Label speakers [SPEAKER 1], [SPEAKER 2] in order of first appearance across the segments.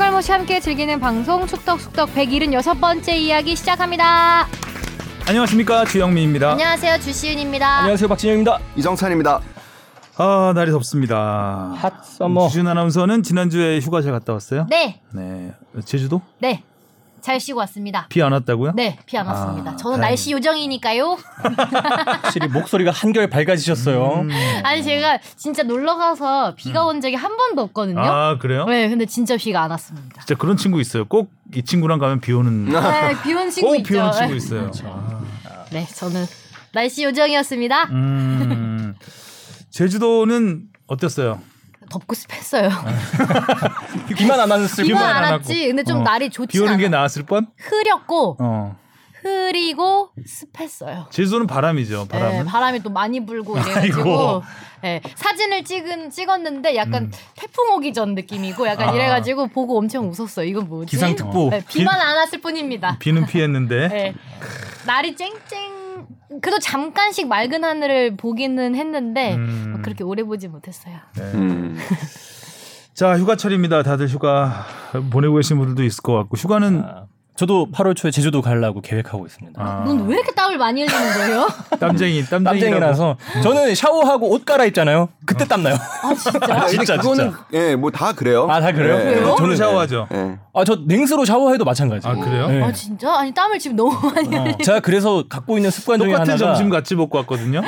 [SPEAKER 1] 서울시 함께 즐기는 방송 축덕숙덕 176번째 이야기 시작합니다.
[SPEAKER 2] 안녕하십니까 주영민입니다.
[SPEAKER 1] 안녕하세요. 주시은입니다.
[SPEAKER 3] 안녕하세요 박진영입니다.
[SPEAKER 4] 이정찬입니다.
[SPEAKER 2] 아 날이 덥습니다.
[SPEAKER 3] 핫 서머.
[SPEAKER 2] 주준 아나운서는 지난주에 휴가실 갔다 왔어요?
[SPEAKER 1] 네.
[SPEAKER 2] 네. 제주도?
[SPEAKER 1] 네. 잘 쉬고 왔습니다.
[SPEAKER 2] 비 안 왔다고요?
[SPEAKER 1] 네. 비 안 왔습니다.
[SPEAKER 2] 아,
[SPEAKER 1] 저는
[SPEAKER 2] 다행이네.
[SPEAKER 1] 날씨 요정이니까요.
[SPEAKER 3] 확실히 목소리가 한결 밝아지셨어요.
[SPEAKER 2] 네.
[SPEAKER 1] 아니 제가 진짜 놀러 가서 비가 온 적이 한 번도 없거든요.
[SPEAKER 2] 음. 아 그래요?
[SPEAKER 1] 네. 근데 진짜 비가 안 왔습니다.
[SPEAKER 2] 진짜 그런 친구 있어요. 꼭 이 친구랑 가면 비 오는
[SPEAKER 1] 네, 비온 친구
[SPEAKER 2] 꼭
[SPEAKER 1] 있죠.
[SPEAKER 2] 비 아. 오는 친구 있어요.
[SPEAKER 1] 네, 저는 날씨 요정이었습니다.
[SPEAKER 2] 음. 제주도는 어땠어요?
[SPEAKER 1] 덥고 습했어요.
[SPEAKER 2] 아.
[SPEAKER 3] 비만 안 왔을
[SPEAKER 1] 비만
[SPEAKER 2] 비만
[SPEAKER 1] 안
[SPEAKER 2] 안
[SPEAKER 1] 왔지.
[SPEAKER 2] 왔고.
[SPEAKER 1] 근데 좀
[SPEAKER 2] 어.
[SPEAKER 1] 날이
[SPEAKER 2] 비
[SPEAKER 1] 좋지
[SPEAKER 2] 오는
[SPEAKER 1] 않아.
[SPEAKER 2] 게 나았을 뻔?
[SPEAKER 1] 흐렸고
[SPEAKER 2] 어.
[SPEAKER 1] 흐리고 습했어요.
[SPEAKER 2] 제주도는 바람이죠.
[SPEAKER 1] 예,
[SPEAKER 2] 바람은.
[SPEAKER 1] 바람이 또 많이 불고 이래가지고
[SPEAKER 2] 아이고. 음.
[SPEAKER 1] 예, 사진을 찍은 찍었는데 약간 태풍 오기 전 느낌이고 약간
[SPEAKER 2] 아.
[SPEAKER 1] 이래가지고 보고 엄청 웃었어. 요 이건 뭐지?
[SPEAKER 3] 기상특보.
[SPEAKER 1] 예, 비만 안 왔을 뿐입니다.
[SPEAKER 2] 비는 피했는데.
[SPEAKER 1] 예. 날이 쨍쨍. 그래도 잠깐씩 맑은 하늘을 보기는 했는데
[SPEAKER 2] 음.
[SPEAKER 1] 뭐 그렇게 오래 보지 못했어요.
[SPEAKER 4] 음.
[SPEAKER 2] 자 휴가철입니다. 다들 휴가 보내고 계신 분들도 있을 것 같고 휴가는
[SPEAKER 3] 아, 저도 8월 초에 제주도 가려고 계획하고 있습니다.
[SPEAKER 2] 아,
[SPEAKER 1] 넌 왜 이렇게 땀을 많이 흘리는 거예요?
[SPEAKER 2] 땀쟁이 땀쟁이라서
[SPEAKER 3] 땀쟁이라서 저는 샤워하고 옷 갈아입잖아요. 그때 땀나요.
[SPEAKER 1] 아 진짜?
[SPEAKER 3] 진짜,
[SPEAKER 4] 그거는
[SPEAKER 3] 진짜.
[SPEAKER 4] 예, 뭐 다 그래요.
[SPEAKER 3] 아, 다 그래요?
[SPEAKER 4] 예,
[SPEAKER 1] 그래요?
[SPEAKER 2] 네, 저는 샤워하죠.
[SPEAKER 4] 예. 예.
[SPEAKER 3] 아 저 냉수로 샤워해도 마찬가지.
[SPEAKER 2] 아 그래요?
[SPEAKER 3] 네.
[SPEAKER 1] 아 진짜? 아니 땀을 지금 너무 많이.
[SPEAKER 3] 제가 그래서 갖고 있는 습관 중에
[SPEAKER 2] 똑같은
[SPEAKER 3] 하나가
[SPEAKER 2] 점심 같이 먹고 왔거든요.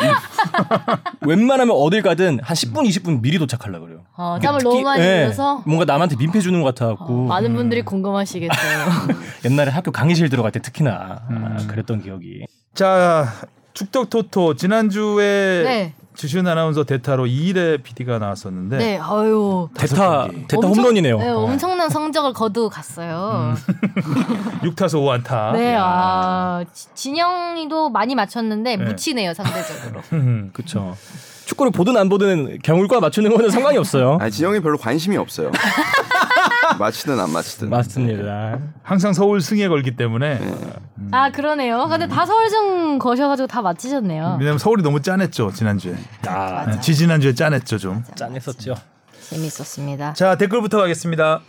[SPEAKER 3] 웬만하면 어딜 가든 한 10분 20분 미리 도착하려 그래요.
[SPEAKER 1] 어, 땀을
[SPEAKER 3] 특히-
[SPEAKER 1] 너무 많이
[SPEAKER 2] 네.
[SPEAKER 3] 예,
[SPEAKER 1] 흘려서
[SPEAKER 3] 뭔가 남한테 민폐 주는 것
[SPEAKER 1] 어,
[SPEAKER 3] 같아갖고
[SPEAKER 1] 많은 분들이 공감하시겠어요.
[SPEAKER 3] 옛날에 학교 강의실 들어갈 때 특히나 아, 그랬던 기억이
[SPEAKER 2] 자 축덕 토토 지난주에
[SPEAKER 1] 네.
[SPEAKER 2] 주시은 아나운서 대타로 이일의 PD가 나왔었는데
[SPEAKER 1] 네, 아유.
[SPEAKER 3] 대타
[SPEAKER 2] 경기.
[SPEAKER 3] 대타
[SPEAKER 1] 엄청-
[SPEAKER 3] 홈런이네요. 어. 음.
[SPEAKER 1] 네, 엄청난 성적을 거두고 갔어요.
[SPEAKER 2] 6타수 5안타.
[SPEAKER 1] 네, 아, 지- 진영이도 많이 맞췄는데
[SPEAKER 2] 네.
[SPEAKER 1] 묻히네요 상대적으로.
[SPEAKER 3] 그렇죠. 축구를 보든 안 보든 경울과 맞추는 거는 상관이 없어요.
[SPEAKER 4] 아, 진영이 별로 관심이 없어요. 맞히든 안 맞히든.
[SPEAKER 3] 맞습니다.
[SPEAKER 2] 항상 서울 승에 걸기 때문에
[SPEAKER 3] 음.
[SPEAKER 1] 아 그러네요. 근데 다 서울중 거셔가지고 다 맞히셨네요.
[SPEAKER 3] 음.
[SPEAKER 2] 왜냐면 서울이 너무 짠했죠 지난주에.
[SPEAKER 3] 아,
[SPEAKER 2] 네, 지지난주에 짠했죠 좀.
[SPEAKER 3] 짠했었죠.
[SPEAKER 1] 재밌었습니다.
[SPEAKER 2] 자 댓글부터 가겠습니다.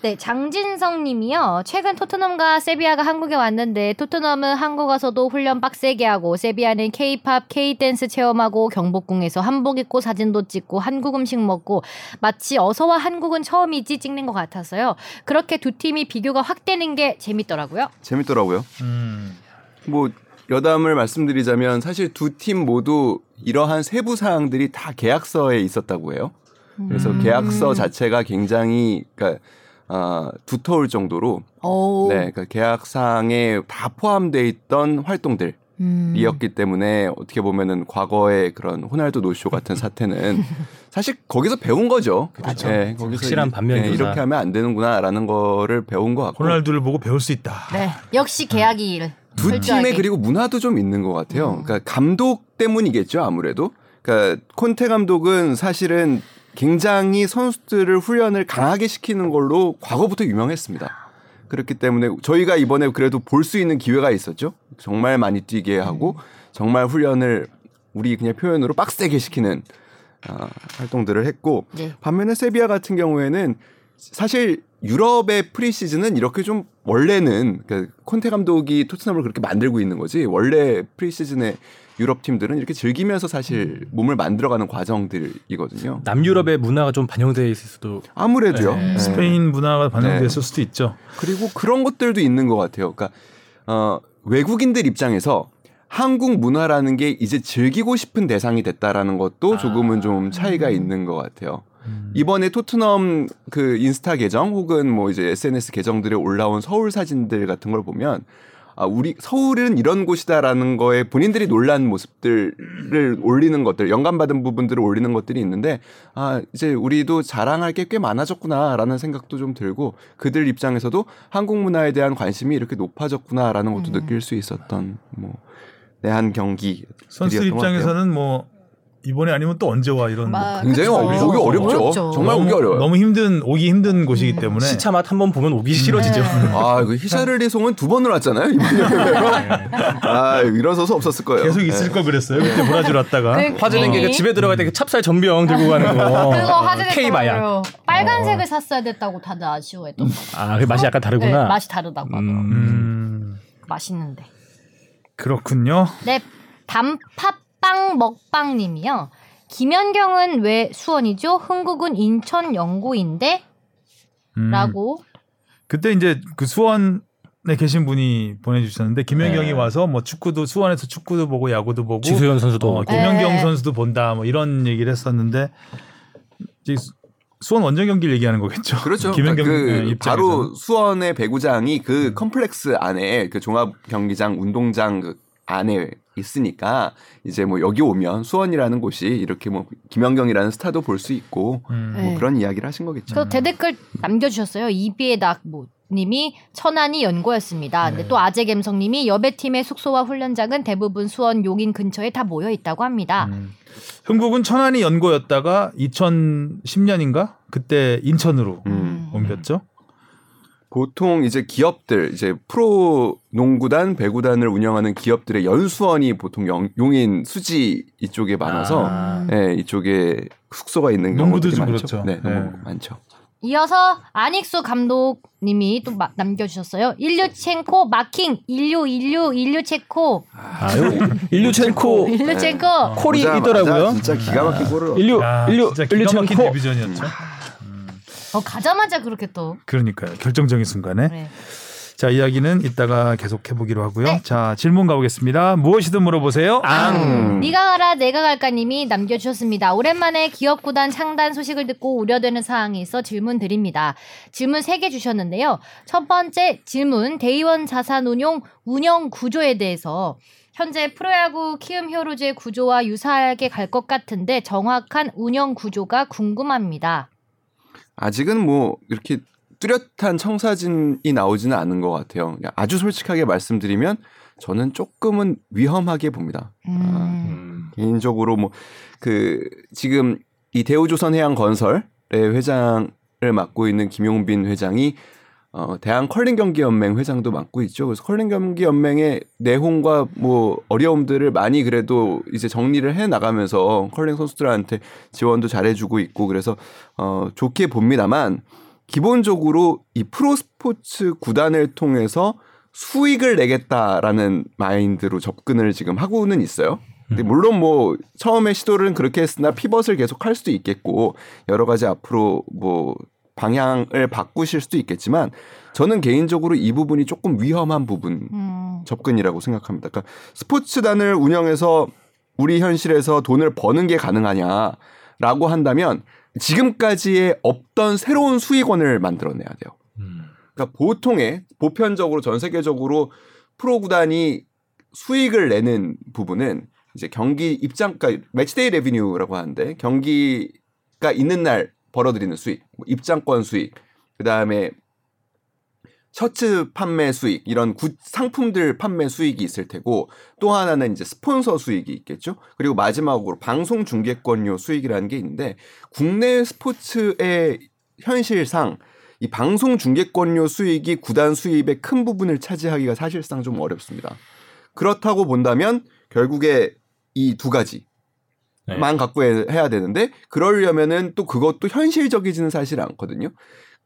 [SPEAKER 1] 네, 장진성님이요. 최근 토트넘과 세비야가 한국에 왔는데 토트넘은 한국 와서도 훈련 빡세게 하고 세비야는 케이팝, 케이댄스 체험하고 경복궁에서 한복 입고 사진도 찍고 한국 음식 먹고 마치 어서와 한국은 처음이지 찍는 것 같아서요. 그렇게 두 팀이 비교가 확 되는 게 재밌더라고요.
[SPEAKER 4] 재밌더라고요.
[SPEAKER 2] 음.
[SPEAKER 4] 뭐 여담을 말씀드리자면 사실 두 팀 모두 이러한 세부 사항들이 다 계약서에 있었다고 해요. 그래서
[SPEAKER 3] 음.
[SPEAKER 4] 계약서 자체가 굉장히 그러니까 아, 두터울 정도로
[SPEAKER 1] 오.
[SPEAKER 4] 네, 그러니까 계약 사항에 다 포함돼 있던 활동들
[SPEAKER 1] 음.
[SPEAKER 4] 이었기 때문에 어떻게 보면은 과거의 그런 호날두 노쇼 같은 사태는 사실 거기서 배운 거죠. 그렇죠.
[SPEAKER 3] 확실한 반면교사.
[SPEAKER 4] 이렇게 하면 안 되는구나라는 거를 배운 것 같고
[SPEAKER 2] 호날두를 보고 배울 수 있다.
[SPEAKER 1] 네, 역시 계약이 일.
[SPEAKER 4] 두 팀의 그리고 문화도 좀 있는 것 같아요. 그러니까 감독 때문이겠죠 아무래도. 그러니까 콘테 감독은 사실은 굉장히 선수들을 훈련을 강하게 시키는 걸로 과거부터 유명했습니다. 그렇기 때문에 저희가 이번에 그래도 볼 수 있는 기회가 있었죠. 정말 많이 뛰게 하고 정말 훈련을 우리 그냥 표현으로 빡세게 시키는 아, 활동들을 했고
[SPEAKER 1] 네.
[SPEAKER 4] 반면에 세비야 같은 경우에는 사실 유럽의 프리시즌은 이렇게 좀 원래는 그러니까 콘테 감독이 토트넘을 그렇게 만들고 있는 거지 원래 프리시즌의 유럽 팀들은 이렇게 즐기면서 사실 몸을 만들어가는 과정들이거든요.
[SPEAKER 3] 남유럽의 문화가 좀 반영돼 있을 수도.
[SPEAKER 4] 아무래도요. 네.
[SPEAKER 2] 스페인 문화가 반영됐을 수도 있죠.
[SPEAKER 4] 그리고 그런 것들도 있는 것 같아요. 그러니까 어, 외국인들 입장에서 한국 문화라는 게 이제 즐기고 싶은 대상이 됐다라는 것도 조금은 좀 차이가 있는 것 같아요. 이번에 토트넘 그 인스타 계정 혹은 뭐 이제 SNS 계정들에 올라온 서울 사진들 같은 걸 보면 아 우리 서울은 이런 곳이다라는 거에 본인들이 놀란 모습들을 올리는 것들 영감받은 부분들을 올리는 것들이 있는데 아 이제 우리도 자랑할 게 꽤 많아졌구나라는 생각도 좀 들고 그들 입장에서도 한국 문화에 대한 관심이 이렇게 높아졌구나라는 것도 느낄 수 있었던 뭐 내한 경기
[SPEAKER 2] 선수 입장에서는 뭐 이번에 아니면 또 언제 와 이런
[SPEAKER 5] 막
[SPEAKER 4] 굉장히
[SPEAKER 5] 그쵸.
[SPEAKER 4] 어려- 오기 어렵죠. 정말
[SPEAKER 2] 너무-
[SPEAKER 4] 오기
[SPEAKER 2] 그렇죠.
[SPEAKER 4] 어려워요.
[SPEAKER 2] 너무 힘든 오기 힘든 곳이기 때문에
[SPEAKER 3] 시차 맛 한번 보면 오기 싫어지죠.
[SPEAKER 4] 아, 그 히샤르리 송은 두 번을 왔잖아요. 이번에. 아, 일어서서 없었을 거예요.
[SPEAKER 2] 네. 계속 있을
[SPEAKER 4] 네.
[SPEAKER 2] 걸 그랬어요. 그때 브라질 왔다가
[SPEAKER 1] 그-
[SPEAKER 3] 화재는 게
[SPEAKER 1] 어.
[SPEAKER 3] 집에 들어갈 때 그 찹쌀 전병 들고 가는 거.
[SPEAKER 1] 네. 그거 화제됐어요.
[SPEAKER 3] K 마약.
[SPEAKER 1] 빨간색을 샀어야 됐다고 다들 아쉬워했던 거.
[SPEAKER 3] 아, 그 맛이 약간 다르구나.
[SPEAKER 1] 네, 맛이 다르다고 하더라고요.
[SPEAKER 3] 음.
[SPEAKER 2] 음,
[SPEAKER 1] 맛있는데.
[SPEAKER 2] 그렇군요.
[SPEAKER 1] 네, 단팥빵 먹방님이요. 김연경은 왜 수원이죠? 흥국은 인천 영구인데?
[SPEAKER 2] 음,
[SPEAKER 1] 라고.
[SPEAKER 2] 그때 이제 그 수원에 계신 분이 보내주셨는데 김연경이
[SPEAKER 3] 네.
[SPEAKER 2] 와서 뭐 축구도 수원에서 축구도 보고 야구도 보고
[SPEAKER 3] 지수현 선수도
[SPEAKER 2] 어,
[SPEAKER 3] 오고.
[SPEAKER 2] 김연경
[SPEAKER 1] 네.
[SPEAKER 2] 선수도 본다 뭐 이런 얘기를 했었는데 이제 수- 수원 원정 경기를 얘기하는 거겠죠.
[SPEAKER 4] 그렇죠.
[SPEAKER 2] 김연경
[SPEAKER 4] 그러니까
[SPEAKER 2] 예, 입장에서는.
[SPEAKER 4] 그
[SPEAKER 2] 네.
[SPEAKER 4] 바로 수원의 배구장이 그 컴플렉스 안에 그 종합 경기장 운동장 그 안에 있으니까 이제 뭐 여기 오면 수원이라는 곳이 이렇게 뭐 김연경이라는 스타도 볼 수 있고
[SPEAKER 2] 음.
[SPEAKER 1] 네. 그렇죠.
[SPEAKER 4] 뭐 그런 이야기를 하신 거겠죠.
[SPEAKER 1] 그래서 대댓글 남겨주셨어요. 이비의 낙모. 님이 천안이 연고였습니다.
[SPEAKER 2] 네.
[SPEAKER 1] 근데 또 아재갬성님이 여배팀의 숙소와 훈련장은 대부분 수원 용인 근처에 다 모여 있다고 합니다.
[SPEAKER 2] 음. 흥국은 천안이 연고였다가 2010년인가 그때 인천으로
[SPEAKER 4] 음.
[SPEAKER 2] 옮겼죠.
[SPEAKER 4] 보통 이제 기업들 이제 프로 농구단 배구단을 운영하는 기업들의 연수원이 보통 영- 용인 수지 이쪽에 많아서
[SPEAKER 2] 아.
[SPEAKER 4] 예, 이쪽에 숙소가 있는
[SPEAKER 2] 농구도
[SPEAKER 4] 경우도
[SPEAKER 2] 좀
[SPEAKER 4] 많죠.
[SPEAKER 2] 그렇죠.
[SPEAKER 4] 네, 농구
[SPEAKER 2] 네.
[SPEAKER 4] 많죠.
[SPEAKER 1] 이어서 아닉수 감독님이 또 마- 남겨주셨어요. 일류첸코 마킹 일류 일류 일류체코
[SPEAKER 3] 아, 요- 인류첸코
[SPEAKER 2] 네.
[SPEAKER 1] 일류첸코
[SPEAKER 2] 어.
[SPEAKER 3] 콜이
[SPEAKER 4] 보자마자
[SPEAKER 3] 있더라고요.
[SPEAKER 4] 진짜 기가 막힌 골을 얻-
[SPEAKER 3] 인류
[SPEAKER 2] 야,
[SPEAKER 3] 인류
[SPEAKER 2] 진짜 기가 막힌
[SPEAKER 3] 인류첸코.
[SPEAKER 2] 데뷔전이었죠.
[SPEAKER 1] 어, 가자마자 그렇게 또
[SPEAKER 2] 그러니까요. 결정적인 순간에.
[SPEAKER 1] 네.
[SPEAKER 2] 자, 이야기는 이따가 계속 해보기로 하고요.
[SPEAKER 1] 네. 아.
[SPEAKER 2] 자, 질문 가보겠습니다. 무엇이든 물어보세요.
[SPEAKER 4] 앙.
[SPEAKER 1] 네가 가라 내가 갈까님이 남겨주셨습니다. 오랜만에 기업 구단 창단 소식을 듣고 우려되는 사항이 있어 질문 드립니다. 질문 3개 주셨는데요. 첫 번째 질문 대의원 자산 운용 운영 구조에 대해서 현재 프로야구 키움 히어로즈의 구조와 유사하게 갈 것 같은데 정확한 운영 구조가 궁금합니다.
[SPEAKER 4] 아직은 뭐 이렇게 뚜렷한 청사진이 나오지는 않은 것 같아요. 그냥 아주 솔직하게 말씀드리면 저는 조금은 위험하게 봅니다.
[SPEAKER 1] 음.
[SPEAKER 4] 개인적으로 뭐 그 지금 이 대우조선해양건설의 회장을 맡고 있는 김용빈 회장이 어 대한 컬링 경기 연맹 회장도 맡고 있죠. 그래서 컬링 경기 연맹의 내홍과 뭐 어려움들을 많이 그래도 이제 정리를 해 나가면서 컬링 선수들한테 지원도 잘해주고 있고 그래서 어 좋게 봅니다만 기본적으로 이 프로 스포츠 구단을 통해서 수익을 내겠다라는 마인드로 접근을 지금 하고는 있어요. 근데 물론 뭐 처음에 시도는 그렇게 했으나 피벗을 계속 할 수도 있겠고 여러 가지 앞으로 뭐 방향을 바꾸실 수도 있겠지만 저는 개인적으로 이 부분이 조금 위험한 부분
[SPEAKER 1] 음.
[SPEAKER 4] 접근이라고 생각합니다. 그러니까 스포츠단을 운영해서 우리 현실에서 돈을 버는 게 가능하냐라고 한다면 지금까지의 없던 새로운 수익원을 만들어내야 돼요.
[SPEAKER 3] 음.
[SPEAKER 4] 그러니까 보통의 보편적으로 전 세계적으로 프로 구단이 수익을 내는 부분은 이제 경기 입장 그러니까 매치데이 레비뉴라고 하는데 경기가 있는 날 벌어들이는 수익, 뭐 입장권 수익, 그다음에 셔츠 판매 수익 이런 굿 상품들 판매 수익이 있을 테고 또 하나는 이제 스폰서 수익이 있겠죠. 그리고 마지막으로 방송 중계권료 수익이라는 게 있는데 국내 스포츠의 현실상 이 방송 중계권료 수익이 구단 수입의 큰 부분을 차지하기가 사실상 좀 어렵습니다. 그렇다고 본다면 결국에 이 두 가지만
[SPEAKER 3] 네.
[SPEAKER 4] 갖고 해- 해야 되는데 그러려면은 또 그것도 현실적이지는 사실 않거든요.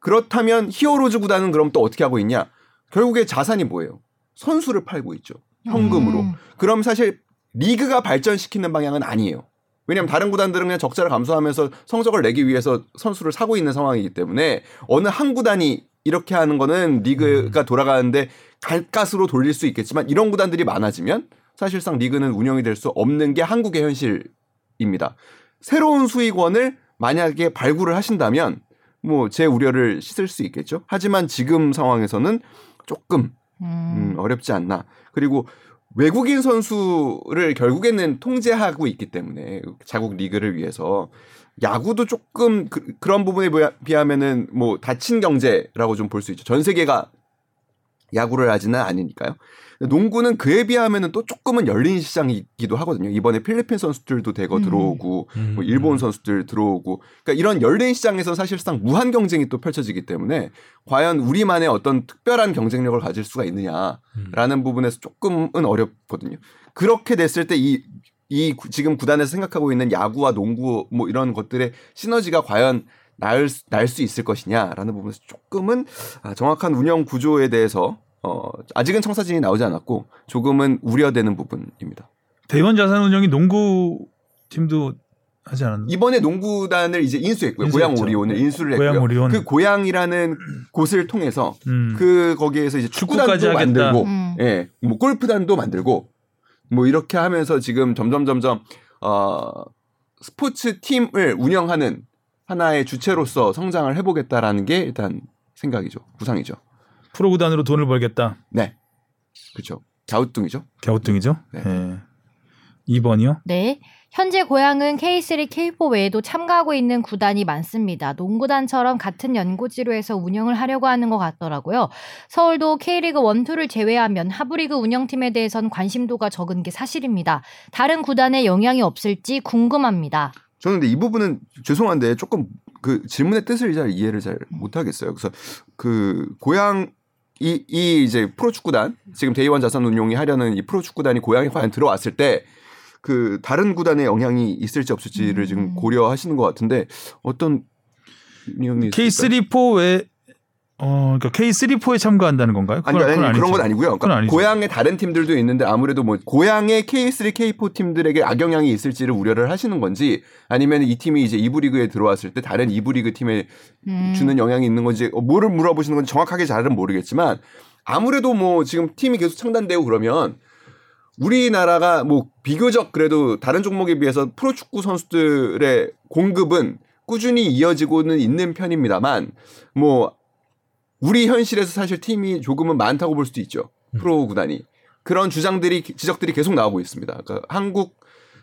[SPEAKER 4] 그렇다면 히어로즈 구단은 그럼 또 어떻게 하고 있냐? 결국에 자산이 뭐예요? 선수를 팔고 있죠. 현금으로.
[SPEAKER 1] 음.
[SPEAKER 4] 그럼 사실 리그가 발전시키는 방향은 아니에요. 왜냐하면 다른 구단들은 그냥 적자를 감소하면서 성적을 내기 위해서 선수를 사고 있는 상황이기 때문에 어느 한 구단이 이렇게 하는 거는 리그가 돌아가는데 갈가스로 돌릴 수 있겠지만 이런 구단들이 많아지면 사실상 리그는 운영이 될 수 없는 게 한국의 현실입니다. 새로운 수익원을 만약에 발굴을 하신다면 뭐 제 우려를 씻을 수 있겠죠. 하지만 지금 상황에서는 조금 음, 어렵지 않나. 그리고 외국인 선수를 결국에는 통제하고 있기 때문에 자국 리그를 위해서 야구도 조금 그, 런 부분에 비하- 비하면은 뭐 닫힌 경제라고 좀 볼 수 있죠. 전 세계가 야구를 하지는 아니니까요. 근데 농구는 그에 비하면은 또 조금은 열린 시장이기도 하거든요. 이번에 필리핀 선수들도 대거
[SPEAKER 1] 음.
[SPEAKER 4] 들어오고
[SPEAKER 2] 음.
[SPEAKER 4] 뭐 일본 선수들 들어오고 그러니까 이런 열린 시장에서 사실상 무한 경쟁이 또 펼쳐지기 때문에 과연 우리만의 어떤 특별한 경쟁력을 가질 수가 있느냐라는 부분에서 조금은 어렵거든요. 그렇게 됐을 때 이 이 구- 지금 구단에서 생각하고 있는 야구와 농구 뭐 이런 것들의 시너지가 과연 날 수 있을 것이냐라는 부분에서 조금은 아, 정확한 운영 구조에 대해서 어, 아직은 청사진이 나오지 않았고 조금은 우려되는 부분입니다.
[SPEAKER 2] 대원 자산 운영이 농구 팀도 하지 않았나?
[SPEAKER 4] 이번에 농구단을 이제 인수했고요. 고양
[SPEAKER 2] 인수했죠. 네.
[SPEAKER 4] 오리온을 인수를 했고요.
[SPEAKER 2] 고양 오리온.
[SPEAKER 4] 그 고양이라는 곳을 통해서
[SPEAKER 2] 음.
[SPEAKER 4] 그 거기에서 이제 축구단도
[SPEAKER 2] 축구까지 하겠다.
[SPEAKER 4] 만들고,
[SPEAKER 1] 음.
[SPEAKER 4] 예, 뭐 골프단도 만들고, 뭐 이렇게 하면서 지금 점점 점점 어 스포츠 팀을 운영하는 하나의 주체로서 성장을 해보겠다라는 게 일단 생각이죠, 구상이죠.
[SPEAKER 2] 프로 구단으로 돈을 벌겠다.
[SPEAKER 4] 네, 그렇죠. 갸우뚱이죠.
[SPEAKER 2] 갸우뚱이죠?
[SPEAKER 4] 네.
[SPEAKER 2] 예. 2번이요?
[SPEAKER 1] 네. 현재 고향은 K3, K4 외에도 참가하고 있는 구단이 많습니다. 농구단처럼 같은 연고지로에서 운영을 하려고 하는 것 같더라고요. 서울도 K리그 1, 2를 제외하면 하부리그 운영팀에 대해선 관심도가 적은 게 사실입니다. 다른 구단에 영향이 없을지 궁금합니다.
[SPEAKER 4] 저는 근데 이 부분은 죄송한데 조금 그 질문의 뜻을 잘 이해를 잘 못하겠어요. 그래서 그 고향 이, 이 이제 프로축구단 지금 대의원 자산운용이 하려는 이 프로축구단이 고향에 과연 들어왔을 때 그 다른 구단의 영향이 있을지 없을지를
[SPEAKER 1] 음.
[SPEAKER 4] 지금 고려하시는 것 같은데 어떤 영향이 있을까요?
[SPEAKER 2] K3, 4에 어, 그러니까 K3, 4에 참가한다는 건가요?
[SPEAKER 4] 아니, 아니, 아니 그런 건 아니고요.
[SPEAKER 2] 그건
[SPEAKER 4] 그러니까
[SPEAKER 2] 아니죠.
[SPEAKER 4] 고향의 다른 팀들도 있는데 아무래도 뭐 고향의 K3, K4 팀들에게 악영향이 있을지를 우려를 하시는 건지 아니면 이 팀이 이제 2부 리그에 들어왔을 때 다른 2부 리그 팀에
[SPEAKER 1] 음.
[SPEAKER 4] 주는 영향이 있는 건지 어, 뭐를 물어보시는 건지 정확하게 잘은 모르겠지만 아무래도 뭐 지금 팀이 계속 창단되고 그러면 우리나라가 뭐 비교적 그래도 다른 종목에 비해서 프로축구 선수들의 공급은 꾸준히 이어지고는 있는 편입니다만 뭐 우리 현실에서 사실 팀이 조금은 많다고 볼 수도 있죠 음. 프로 구단이 그런 주장들이 지적들이 계속 나오고 있습니다. 그러니까 한국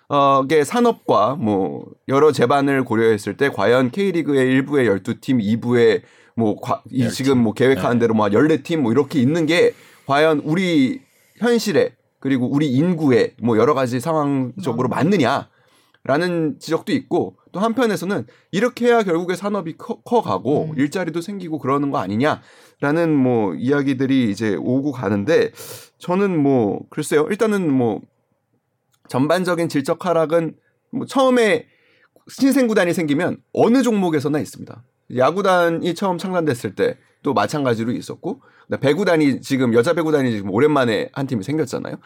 [SPEAKER 4] 어게 산업과 뭐 여러 재반을 고려했을 때 과연 K리그의 1부의 12팀, 2부의 뭐 과, 이 지금 뭐 계획하는 대로 뭐 14팀 뭐 이렇게 있는 게 과연 우리 현실에 그리고 우리 인구에 뭐 여러 가지 상황적으로 맞느냐라는 지적도 있고 또 한편에서는 이렇게 해야 결국에 산업이 커, 커가고
[SPEAKER 1] 음.
[SPEAKER 4] 일자리도 생기고 그러는 거 아니냐라는 뭐 이야기들이 이제 오고 가는데 저는 뭐 글쎄요 일단은 뭐 전반적인 질적 하락은 뭐 처음에 신생 구단이 생기면 어느 종목에서나 있습니다. 야구단이 처음 창단됐을 때 또 마찬가지로 있었고 그다음에 배구단이 지금 여자 배구단이 지금 오랜만에 한 팀이 생겼잖아요.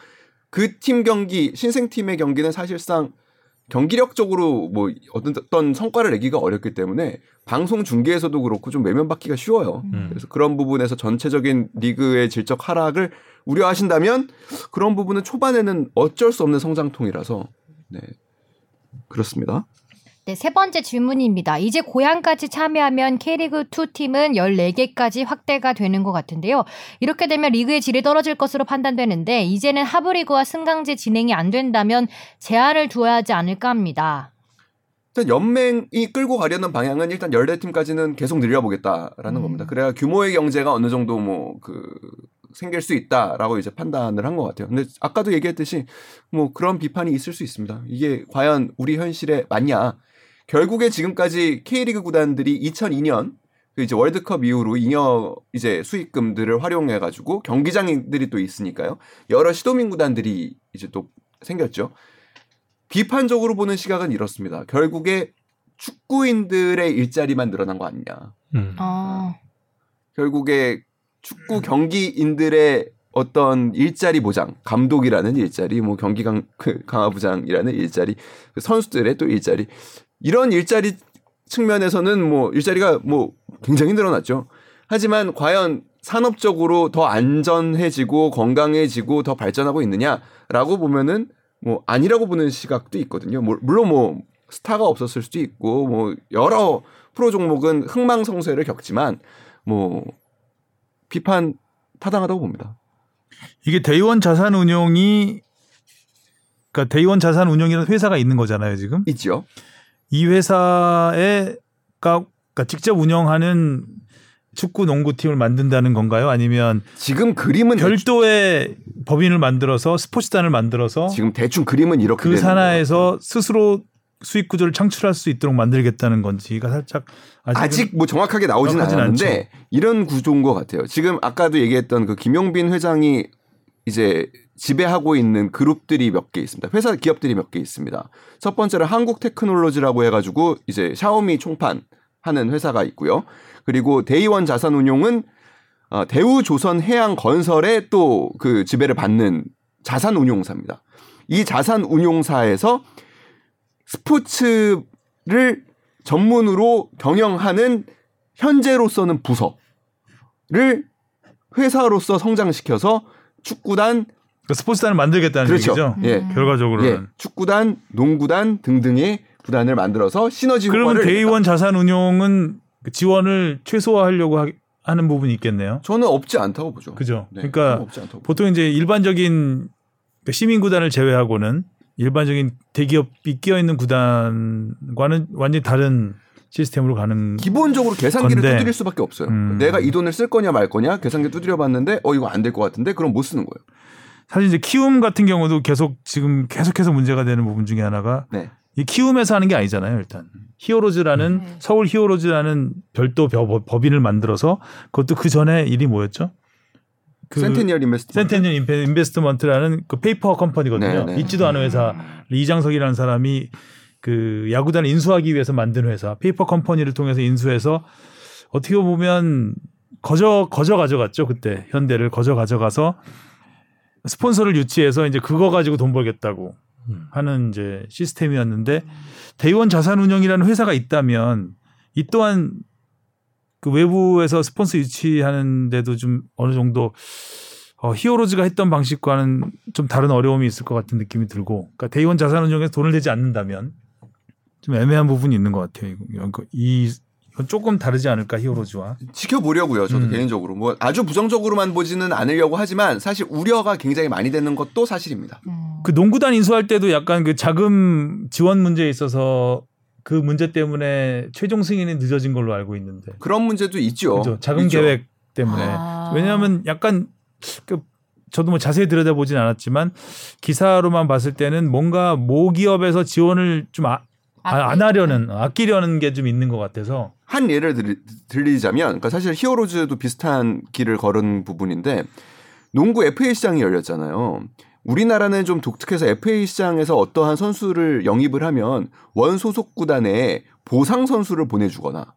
[SPEAKER 4] 그 팀 경기 신생 팀의 경기는 사실상 경기력적으로 뭐 어떤 어떤 성과를 내기가 어렵기 때문에 방송 중계에서도 그렇고 좀 외면받기가 쉬워요.
[SPEAKER 2] 음.
[SPEAKER 4] 그래서 그런 부분에서 전체적인 리그의 질적 하락을 우려하신다면 그런 부분은 초반에는 어쩔 수 없는 성장통이라서 네 그렇습니다.
[SPEAKER 1] 네, 세 번째 질문입니다. 이제 고향까지 참여하면 K리그 2 팀은 14개까지 확대가 되는 것 같은데요. 이렇게 되면 리그의 질이 떨어질 것으로 판단되는데 이제는 하브리그와 승강제 진행이 안 된다면 제한을 두어야 하지 않을까 합니다.
[SPEAKER 4] 일단 연맹이 끌고 가려는 방향은 일단 14팀까지는 계속 늘려보겠다라는
[SPEAKER 1] 음.
[SPEAKER 4] 겁니다. 그래야 규모의 경제가 어느 정도 뭐 그 생길 수 있다라고 이제 판단을 한 것 같아요. 근데 아까도 얘기했듯이 뭐 그런 비판이 있을 수 있습니다. 이게 과연 우리 현실에 맞냐? 결국에 지금까지 K리그 구단들이 2002년 그 이제 월드컵 이후로 잉여 이제 수익금들을 활용해 가지고 경기장들이 또 있으니까요. 여러 시도민 구단들이 이제 또 생겼죠. 비판적으로 보는 시각은 이렇습니다. 결국에 축구인들의 일자리만 늘어난 거 아니냐.
[SPEAKER 2] 음.
[SPEAKER 1] 어,
[SPEAKER 4] 결국에 축구 경기인들의 어떤 일자리 보장, 감독이라는 일자리, 뭐 경기 강, 그 강화부장이라는 일자리, 그 선수들의 또 일자리 이런 일자리 측면에서는 뭐 일자리가 뭐 굉장히 늘어났죠. 하지만 과연 산업적으로 더 안전해지고 건강해지고 더 발전하고 있느냐라고 보면은 뭐 아니라고 보는 시각도 있거든요. 물- 물론 뭐 스타가 없었을 수도 있고 뭐 여러 프로 종목은 흥망성쇠를 겪지만 뭐 비판 타당하다고 봅니다.
[SPEAKER 2] 이게 대의원 자산 운용이 그러니까 대의원 자산 운용이라는 회사가 있는 거잖아요, 지금.
[SPEAKER 4] 있죠.
[SPEAKER 2] 이 회사에 가- 그러니까 직접 운영하는 축구 농구 팀을 만든다는 건가요? 아니면
[SPEAKER 4] 지금 그림은
[SPEAKER 2] 별도의 법인을 만들어서 스포츠단을 만들어서
[SPEAKER 4] 지금 네. 대충 그림은 이렇게
[SPEAKER 2] 그
[SPEAKER 4] 되는
[SPEAKER 2] 산하에서 스스로 수익 구조를 창출할 수 있도록 만들겠다는 건지가 살짝
[SPEAKER 4] 거예요.
[SPEAKER 2] 아직은
[SPEAKER 4] 아직 뭐 정확하게 나오진
[SPEAKER 2] 정확하진
[SPEAKER 4] 않았는데 이런 구조인 것 같아요. 지금 아까도 얘기했던 그 김용빈 회장이 이제 지배하고 있는 그룹들이 몇 개 있습니다. 회사 기업들이 몇 개 있습니다. 첫 번째로 한국 테크놀로지라고 해가지고 이제 샤오미 총판 하는 회사가 있고요. 그리고 데이원 자산운용은 어, 대우조선해양건설의 또 그 지배를 받는 자산운용사입니다. 이 자산운용사에서 스포츠를 전문으로 경영하는 현재로서는 부서를 회사로서 성장시켜서 축구단
[SPEAKER 2] 그 스포츠단을 만들겠다는
[SPEAKER 4] 그렇죠.
[SPEAKER 2] 얘기죠. 그
[SPEAKER 4] 예.
[SPEAKER 1] 음.
[SPEAKER 2] 결과적으로는
[SPEAKER 4] 예, 축구단, 농구단 등등의 구단을 만들어서 시너지
[SPEAKER 2] 그러면
[SPEAKER 4] 효과를
[SPEAKER 2] 대의원 자산운용은 그 지원을 최소화하려고 하- 하는 부분이 있겠네요.
[SPEAKER 4] 저는 없지 않다고 보죠.
[SPEAKER 2] 그죠.
[SPEAKER 4] 네, 저는
[SPEAKER 2] 그러니까
[SPEAKER 4] 없지 않다고 보죠.
[SPEAKER 2] 보통 이제 일반적인 그 시민 구단을 제외하고는 일반적인 대기업이 끼어 있는 구단과는 완전히 다른 시스템으로 가는
[SPEAKER 4] 기본적으로 계산기를
[SPEAKER 2] 건데.
[SPEAKER 4] 두드릴 수밖에 없어요.
[SPEAKER 2] 음.
[SPEAKER 4] 내가 이 돈을 쓸 거냐 말 거냐 계산기 두드려 봤는데 어 이거 안 될 것 같은데 그럼 못 쓰는 거예요.
[SPEAKER 2] 사실 이제 키움 같은 경우도 계속 지금 계속해서 문제가 되는 부분 중에 하나가
[SPEAKER 4] 네.
[SPEAKER 2] 이 키움에서 하는 게 아니잖아요, 일단. 히어로즈라는
[SPEAKER 1] 네.
[SPEAKER 2] 서울 히어로즈라는 별도 벼- 법인을 만들어서 그것도 그 전에 일이 뭐였죠? 그
[SPEAKER 4] 센테니얼 인베스트.
[SPEAKER 2] 센테니얼 인베- 인베스트먼트라는 그 페이퍼 컴퍼니거든요.
[SPEAKER 4] 네, 네.
[SPEAKER 2] 있지도 않은 회사 이장석이라는 사람이 그 야구단을 인수하기 위해서 만든 회사 페이퍼 컴퍼니를 통해서 인수해서 어떻게 보면 거저 거저 가져갔죠 그때 현대를 거저 가져가서 스폰서를 유치해서 이제 그거 가지고 돈 벌겠다고
[SPEAKER 3] 음.
[SPEAKER 2] 하는 이제 시스템이었는데 대의원 자산운용이라는 회사가 있다면 이 또한 그 외부에서 스폰서 유치하는데도 좀 어느 정도 어, 히어로즈가 했던 방식과는 좀 다른 어려움이 있을 것 같은 느낌이 들고, 그러니까 대의원 자산운용에서 돈을 내지 않는다면 좀 애매한 부분이 있는 것 같아요. 이거- 이거- 이 이건 조금 다르지 않을까 히어로즈와.
[SPEAKER 4] 지켜보려고요. 저도
[SPEAKER 2] 음.
[SPEAKER 4] 개인적으로 뭐 아주 부정적으로만 보지는 않으려고 하지만 사실 우려가 굉장히 많이 되는 것도 사실입니다.
[SPEAKER 1] 음.
[SPEAKER 2] 그 농구단 인수할 때도 약간 그 자금 지원 문제에 있어서 그 문제 때문에 최종 승인이 늦어진 걸로 알고 있는데,
[SPEAKER 4] 그런 문제도 있죠.
[SPEAKER 2] 그죠? 자금
[SPEAKER 4] 있죠.
[SPEAKER 2] 계획 때문에.
[SPEAKER 1] 아.
[SPEAKER 2] 네. 왜냐하면 약간 그 저도 뭐 자세히 들여다보진 않았지만 기사로만 봤을 때는 뭔가 모기업에서 지원을 좀 아, 아, 안 하려는 아끼려는 게 좀 있는 것 같아서
[SPEAKER 4] 한 예를 들, 들리자면 그러니까 사실 히어로즈도 비슷한 길을 걸은 부분인데 농구 FA 시장이 열렸잖아요. 우리나라는 좀 독특해서 FA 시장에서 어떠한 선수를 영입을 하면 원 소속 구단에 보상 선수를 보내주거나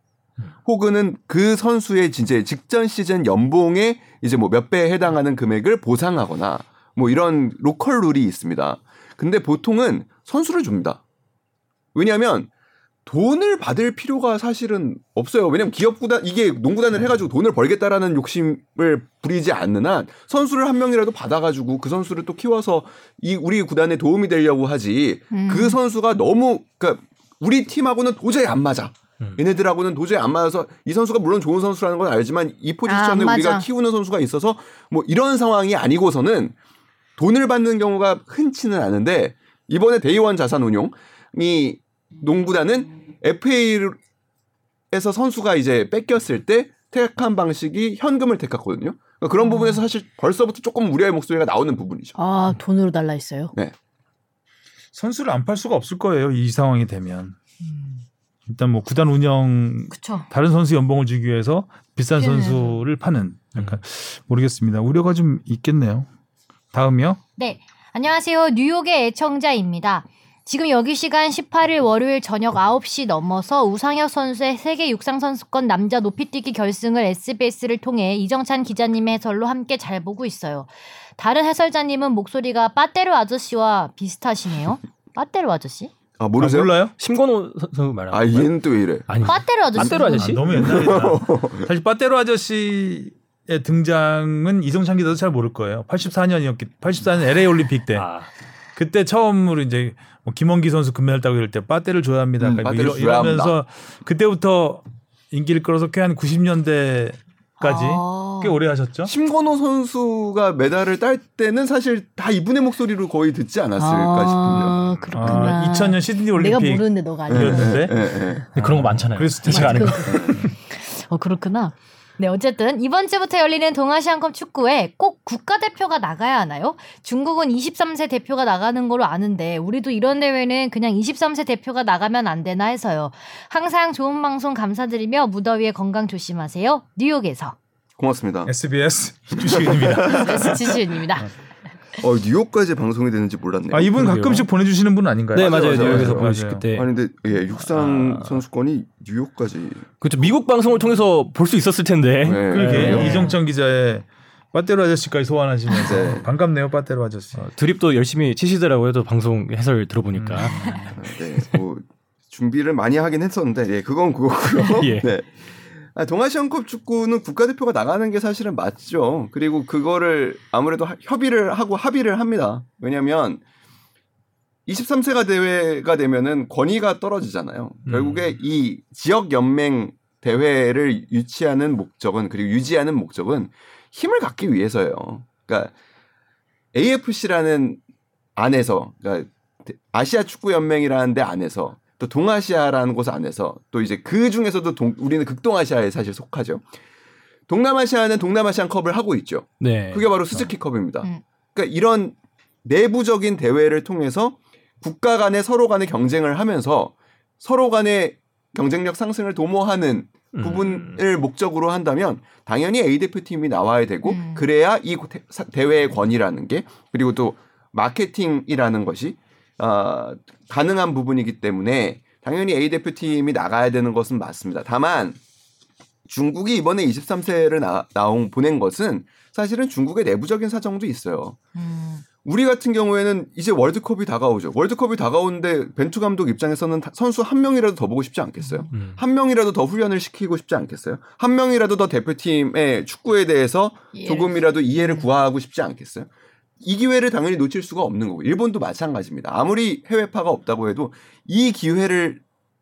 [SPEAKER 4] 혹은은 그 선수의 이제 직전 시즌 연봉에 이제 뭐 몇 배에 해당하는 금액을 보상하거나 뭐 이런 로컬 룰이 있습니다. 근데 보통은 선수를 줍니다. 왜냐하면 돈을 받을 필요가 사실은 없어요. 왜냐면 기업 구단 이게 농구단을 해가지고 돈을 벌겠다라는 욕심을 부리지 않는 한 선수를 한 명이라도 받아가지고 그 선수를 또 키워서 이 우리 구단에 도움이 되려고 하지
[SPEAKER 1] 음.
[SPEAKER 4] 그 선수가 너무 그러니까 우리 팀하고는 도저히 안 맞아.
[SPEAKER 3] 음.
[SPEAKER 4] 얘네들하고는 도저히 안 맞아서 이 선수가 물론 좋은 선수라는 건 알지만 이
[SPEAKER 1] 아, 안
[SPEAKER 4] 포지션을
[SPEAKER 1] 맞아.
[SPEAKER 4] 우리가 키우는 선수가 있어서 뭐 이런 상황이 아니고서는 돈을 받는 경우가 흔치는 않은데 이번에 데이원 자산운용이 농구단은 FA에서 선수가 이제 뺏겼을 때 택한 방식이 현금을 택했거든요. 그러니까
[SPEAKER 2] 음.
[SPEAKER 4] 그런 부분에서 사실 벌써부터 조금 우려의 목소리가 나오는 부분이죠.
[SPEAKER 5] 아 돈으로 달라 했어요.
[SPEAKER 2] 선수를 안 팔 수가 없을 거예요 이 상황이 되면
[SPEAKER 1] 음.
[SPEAKER 2] 일단 뭐 구단 운영
[SPEAKER 1] 그쵸.
[SPEAKER 2] 다른 선수 연봉을 주기 위해서 비싼
[SPEAKER 1] 네.
[SPEAKER 2] 선수를 파는 약간 모르겠습니다 우려가 좀 있겠네요 다음이요 아,
[SPEAKER 1] 네. 안녕하세요. 뉴욕의 애청자입니다. 지금 여기 시간 18일 월요일 저녁 9시 넘어서 우상혁 선수의 세계 육상 선수권 남자 높이뛰기 결승을 SBS를 통해 이정찬 기자님의 해설로 함께 잘 보고 있어요. 다른 해설자님은 목소리가 빠떼로 아저씨와 비슷하시네요. 빠떼로 아저씨?
[SPEAKER 4] 아
[SPEAKER 2] 아, 몰라요
[SPEAKER 3] 심건호 선- 선수 말하는
[SPEAKER 4] 아
[SPEAKER 3] 거예요?
[SPEAKER 4] 얘는 또 왜 이래?
[SPEAKER 3] 아니
[SPEAKER 1] 빠떼로 아저씨.
[SPEAKER 3] 빠떼로 아저씨?
[SPEAKER 2] 아, 너무 옛날이다 사실 빠떼로 아저씨의 등장은 이성찬 기자도 잘 모를 거예요 84년이었기 84년 LA 올림픽 때
[SPEAKER 3] 아,
[SPEAKER 2] 그때 처음으로 이제 뭐 김원기 선수 금메달 따고 이럴 때 빠떼를 줘야 합니다.
[SPEAKER 4] 음,
[SPEAKER 2] 그러니까
[SPEAKER 4] 빠떼를
[SPEAKER 2] 이러-
[SPEAKER 4] 줘야
[SPEAKER 2] 이러면서 그때부터 인기를 끌어서 꽤 한 90년대까지
[SPEAKER 1] 아.
[SPEAKER 2] 꽤 오래 하셨죠.
[SPEAKER 4] 심건호 선수가 메달을 딸 때는 사실 다 이분의 목소리로 거의 듣지 않았을까
[SPEAKER 5] 아, 그렇구나.
[SPEAKER 2] 아, 2000년 시드니
[SPEAKER 5] 내가
[SPEAKER 2] 올림픽 네.
[SPEAKER 5] 모르는데 너가 알려.
[SPEAKER 4] 싶은데요.
[SPEAKER 2] 이었는데
[SPEAKER 4] 예, 예.
[SPEAKER 3] 근데 그런 거 많잖아요.
[SPEAKER 2] 그래서 제가
[SPEAKER 5] 맞아,
[SPEAKER 2] 아는 거.
[SPEAKER 5] 어 그렇구나.
[SPEAKER 1] 네, 어쨌든 이번 주부터 열리는 동아시안컵 축구에 꼭 국가대표가 나가야 하나요? 중국은 23세 대표가 나가는 걸로 아는데 우리도 이런 대회는 그냥 23세 대표가 나가면 안 되나 해서요. 항상 좋은 방송 감사드리며 무더위에 건강 조심하세요. 뉴욕에서
[SPEAKER 4] 고맙습니다.
[SPEAKER 2] 예. SBS 주식입니다.
[SPEAKER 1] 지지윤입니다.
[SPEAKER 4] 어, 뉴욕까지 방송이 되는지 몰랐네요.
[SPEAKER 2] 아 이분
[SPEAKER 3] 그러게요.
[SPEAKER 2] 가끔씩 보내주시는 분 아닌가요?
[SPEAKER 3] 네,
[SPEAKER 4] 맞아요,
[SPEAKER 3] 맞아요.
[SPEAKER 4] 맞아요.
[SPEAKER 3] 뉴욕에서
[SPEAKER 4] 맞아요.
[SPEAKER 3] 보여주실 때.
[SPEAKER 4] 아니 근데 예, 육상
[SPEAKER 3] 아.
[SPEAKER 4] 선수권이 뉴욕까지
[SPEAKER 3] 그렇죠. 미국 방송을 통해서 볼 수 있었을 텐데.
[SPEAKER 4] 네.
[SPEAKER 2] 그러게
[SPEAKER 3] 네.
[SPEAKER 2] 이정천 기자의 빠떼로 아저씨까지 소환하시면서
[SPEAKER 4] 네.
[SPEAKER 2] 반갑네요 빠떼로 아저씨.
[SPEAKER 3] 어, 드립도 열심히 치시더라고요. 또 방송 해설 들어보니까.
[SPEAKER 4] 네, 뭐 준비를 많이 하긴 했었는데 예, 그건 그거고요.
[SPEAKER 3] 예.
[SPEAKER 4] 네. 아, 동아시안컵 축구는 국가대표가 나가는 게 사실은 맞죠. 그리고 그거를 아무래도 하- 협의를 하고 합의를 합니다. 왜냐하면 23세가 대회가 되면은 권위가 떨어지잖아요.
[SPEAKER 2] 음.
[SPEAKER 4] 결국에 이 지역 연맹 대회를 유치하는 목적은 그리고 유지하는 목적은 힘을 갖기 위해서예요. 그러니까 AFC라는 안에서 그러니까 아시아 축구 연맹이라는 데 안에서 또 동아시아라는 곳 안에서 또 이제 그 중에서도 동- 우리는 극동아시아에 사실 속하죠. 동남아시아는 동남아시안 컵을 하고 있죠.
[SPEAKER 3] 네.
[SPEAKER 4] 그게 뭐 바로 스즈키 컵입니다.
[SPEAKER 1] 음.
[SPEAKER 4] 그러니까 이런 내부적인 대회를 통해서 국가 간에 서로 간의 경쟁을 하면서 서로 간의 경쟁력 상승을 도모하는
[SPEAKER 3] 음.
[SPEAKER 4] 부분을 목적으로 한다면 당연히 A 대표팀이 나와야 되고
[SPEAKER 1] 음.
[SPEAKER 4] 그래야 이 대- 사- 대회의 권위라는 게 그리고 또 마케팅이라는 것이 아~ 가능한 부분이기 때문에 당연히 A 대표팀이 나가야 되는 것은 맞습니다. 다만 중국이 이번에 23세를 나, 나온 보낸 것은 사실은 중국의 내부적인 사정도 있어요.
[SPEAKER 1] 음,
[SPEAKER 4] 우리 같은 경우에는 이제 월드컵이 다가오죠. 월드컵이 다가오는데 벤투 감독 입장에서는 다- 선수 한 명이라도 더 보고 싶지 않겠어요?
[SPEAKER 3] 음.
[SPEAKER 4] 한 명이라도 더 훈련을 시키고 싶지 않겠어요? 한 명이라도 더 대표팀의 축구에 대해서
[SPEAKER 5] 예.
[SPEAKER 4] 조금이라도 이해를 구하고 싶지 않겠어요? 이 기회를 당연히 놓칠 수가 없는 거고 일본도 마찬가지입니다. 아무리 해외파가 없다고 해도 이 기회를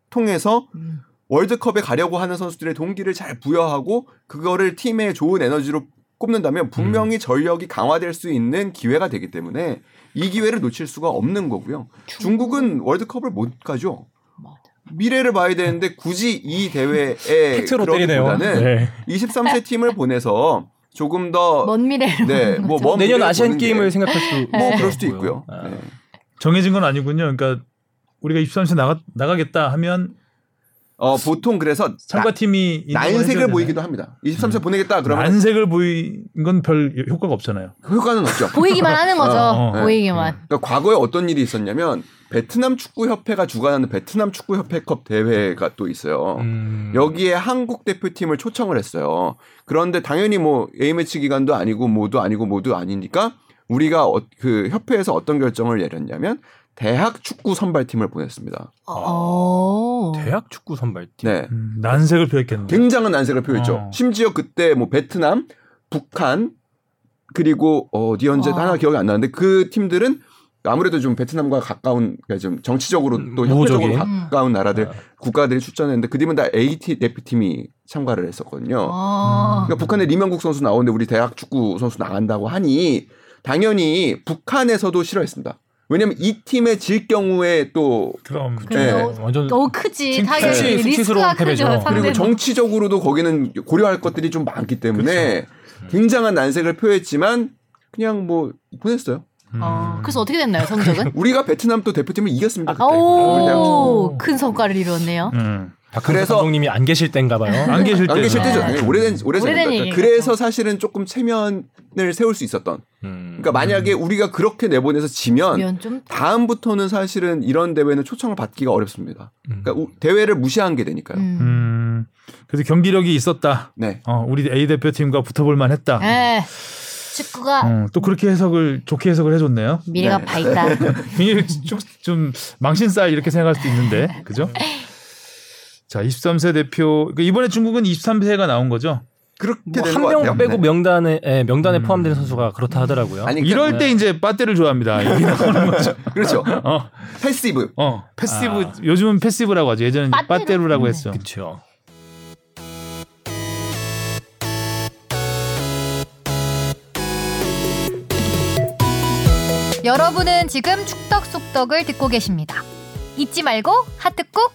[SPEAKER 4] 통해서
[SPEAKER 5] 음.
[SPEAKER 4] 월드컵에 가려고 하는 선수들의 동기를 잘 부여하고 그거를 팀에 좋은 에너지로 꼽는다면
[SPEAKER 3] 음.
[SPEAKER 4] 분명히 전력이 강화될 수 있는 기회가 되기 때문에 이 기회를 놓칠 수가 없는 거고요. 중국은 월드컵을 못 가죠.
[SPEAKER 5] 맞아.
[SPEAKER 4] 미래를 봐야 되는데 굳이 이 대회에
[SPEAKER 3] 팩트로 때리네요.
[SPEAKER 4] 그러기보다는
[SPEAKER 3] 네.
[SPEAKER 4] 23세 팀을 보내서 조금 더
[SPEAKER 1] 먼 미래로.
[SPEAKER 4] 네, 뭐 먼
[SPEAKER 3] 내년
[SPEAKER 4] 미래를
[SPEAKER 3] 아시안
[SPEAKER 4] 보는 게
[SPEAKER 3] 게임을 생각할 수도
[SPEAKER 4] 뭐
[SPEAKER 5] 네.
[SPEAKER 3] 있을
[SPEAKER 4] 그럴 수도
[SPEAKER 3] 것 같고요.
[SPEAKER 4] 있고요.
[SPEAKER 3] 아.
[SPEAKER 4] 네.
[SPEAKER 2] 정해진 건 아니군요. 그러니까 우리가 23세 나가 나가겠다 하면
[SPEAKER 4] 어, 보통 그래서
[SPEAKER 2] 참가 팀이
[SPEAKER 4] 나, 난색을 보이기도 합니다.
[SPEAKER 3] 음.
[SPEAKER 4] 23세 보내겠다 그러면
[SPEAKER 2] 난색을 보인 건 별 효과가 없잖아요.
[SPEAKER 4] 그 효과는 없죠.
[SPEAKER 1] 보이기만 하는 거죠.
[SPEAKER 2] 어,
[SPEAKER 4] 네.
[SPEAKER 1] 보이기만.
[SPEAKER 4] 그러니까 과거에 어떤 일이 있었냐면 베트남 축구 협회가 주관하는 베트남 축구 협회컵 대회가 또 있어요.
[SPEAKER 3] 음.
[SPEAKER 4] 여기에 한국 대표팀을 초청을 했어요. 그런데 당연히 뭐 A매치 기간도 아니고 뭐도 아니고 뭐도 아니니까 우리가 어- 그 협회에서 어떤 결정을 내렸냐면 대학 축구 선발팀을 보냈습니다.
[SPEAKER 1] 어.
[SPEAKER 3] 대학 축구 선발팀.
[SPEAKER 4] 네.
[SPEAKER 2] 음, 난색을 표했겠네요.
[SPEAKER 4] 굉장한 난색을 표했죠.
[SPEAKER 2] 어.
[SPEAKER 4] 심지어 그때 뭐 베트남, 북한 그리고 어디 언제
[SPEAKER 3] 아.
[SPEAKER 5] 어.
[SPEAKER 4] 하나 기억이 안 나는데 그 팀들은 아무래도 좀 베트남과 가까운 그러니까 좀 정치적으로 또
[SPEAKER 3] 음,
[SPEAKER 4] 협회적으로
[SPEAKER 3] 우호적인.
[SPEAKER 4] 가까운 나라들
[SPEAKER 3] 아.
[SPEAKER 4] 국가들이 출전했는데 그 팀은 다 A 티 대표팀이 참가를
[SPEAKER 3] 아.
[SPEAKER 4] 했었거든요.
[SPEAKER 2] 아,
[SPEAKER 1] 어.
[SPEAKER 4] 그러니까 북한의 리명국 선수 나오는데 우리 대학 축구 선수 나간다고 하니 당연히 북한에서도 싫어했습니다. 왜냐면 이 팀에 질 경우에 또
[SPEAKER 2] 그럼
[SPEAKER 5] 그렇죠.
[SPEAKER 4] 네.
[SPEAKER 1] 어,
[SPEAKER 3] 완전
[SPEAKER 1] 너무 크지.
[SPEAKER 2] 진짜
[SPEAKER 1] 당연히
[SPEAKER 3] 수치-
[SPEAKER 1] 리스크가
[SPEAKER 3] 수치스러운 음. 패배죠.
[SPEAKER 1] 크죠. 상대방.
[SPEAKER 4] 그리고 정치적으로도 거기는 고려할 것들이 좀 많기 때문에 굉장한 난색을 표했지만 그냥 뭐 보냈어요.
[SPEAKER 2] 음.
[SPEAKER 5] 어, 그래서 어떻게 됐나요 성적은?
[SPEAKER 4] 우리가 베트남 또 대표팀을 이겼습니다.
[SPEAKER 1] 아,
[SPEAKER 4] 그때. 우리 대학 축구.
[SPEAKER 5] 그냥-
[SPEAKER 1] 오, 큰 성과를 이뤘네요.
[SPEAKER 2] 음.
[SPEAKER 3] 박근혜
[SPEAKER 4] 그래서-
[SPEAKER 3] 감독님이 안 계실 땐가 봐요.
[SPEAKER 2] 안 계실 때
[SPEAKER 4] 안 계실
[SPEAKER 1] 네.
[SPEAKER 4] 때죠. 당연히 오래된 오래된
[SPEAKER 1] 오래된
[SPEAKER 4] 일이니까.
[SPEAKER 1] 얘기겠죠.
[SPEAKER 4] 그래서 사실은 조금 체면을 세울 수 있었던.
[SPEAKER 3] 음.
[SPEAKER 4] 그러니까 만약에 우리가 그렇게 내보내서
[SPEAKER 1] 예.
[SPEAKER 4] 지면
[SPEAKER 5] 면 좀.
[SPEAKER 4] 다음부터는 사실은 이런 대회는 초청을 받기가 어렵습니다.
[SPEAKER 3] 음.
[SPEAKER 4] 그러니까 우- 대회를 무시한 게 되니까요.
[SPEAKER 5] 음.
[SPEAKER 2] 음. 그래서 경기력이 있었다.
[SPEAKER 4] 네.
[SPEAKER 2] 어, 우리 A 대표팀과 붙어볼 만했다.
[SPEAKER 5] 네.
[SPEAKER 1] 에 예. 축구가
[SPEAKER 2] 어, 또 그렇게 해석을 좋게 해석을 해줬네요.
[SPEAKER 1] 미래가
[SPEAKER 4] 음. 네.
[SPEAKER 1] 밝다.
[SPEAKER 2] 굉장히 좀, 좀 망신살 이렇게 생각할 수도 있는데, 그죠? 자, 23세 대표 그러니까 이번에 중국은 23세가 나온 거죠.
[SPEAKER 4] 그렇게 되는 것
[SPEAKER 3] 뭐한
[SPEAKER 4] 같아요.
[SPEAKER 3] 명 빼고
[SPEAKER 4] 네.
[SPEAKER 3] 명단에 예, 명단에
[SPEAKER 2] 음.
[SPEAKER 3] 포함된 선수가 네, 그렇다 네. 하더라고요.
[SPEAKER 4] 아니 그러니까
[SPEAKER 2] 이럴 때 이제 빠떼를 좋아합니다. 이게 나오는 거죠.
[SPEAKER 4] 그렇죠.
[SPEAKER 2] 어,
[SPEAKER 4] 패시브. 아,
[SPEAKER 2] 어,
[SPEAKER 3] 아.
[SPEAKER 2] 패시브 요즘은 패시브라고 하죠. 예전에는 이제
[SPEAKER 1] 빠떼로.
[SPEAKER 2] 빠떼루라고
[SPEAKER 4] 음.
[SPEAKER 2] 했어.
[SPEAKER 3] 그렇죠.
[SPEAKER 1] 여러분은 지금 축덕 속덕을 듣고 계십니다. 잊지 말고 하트 꾹.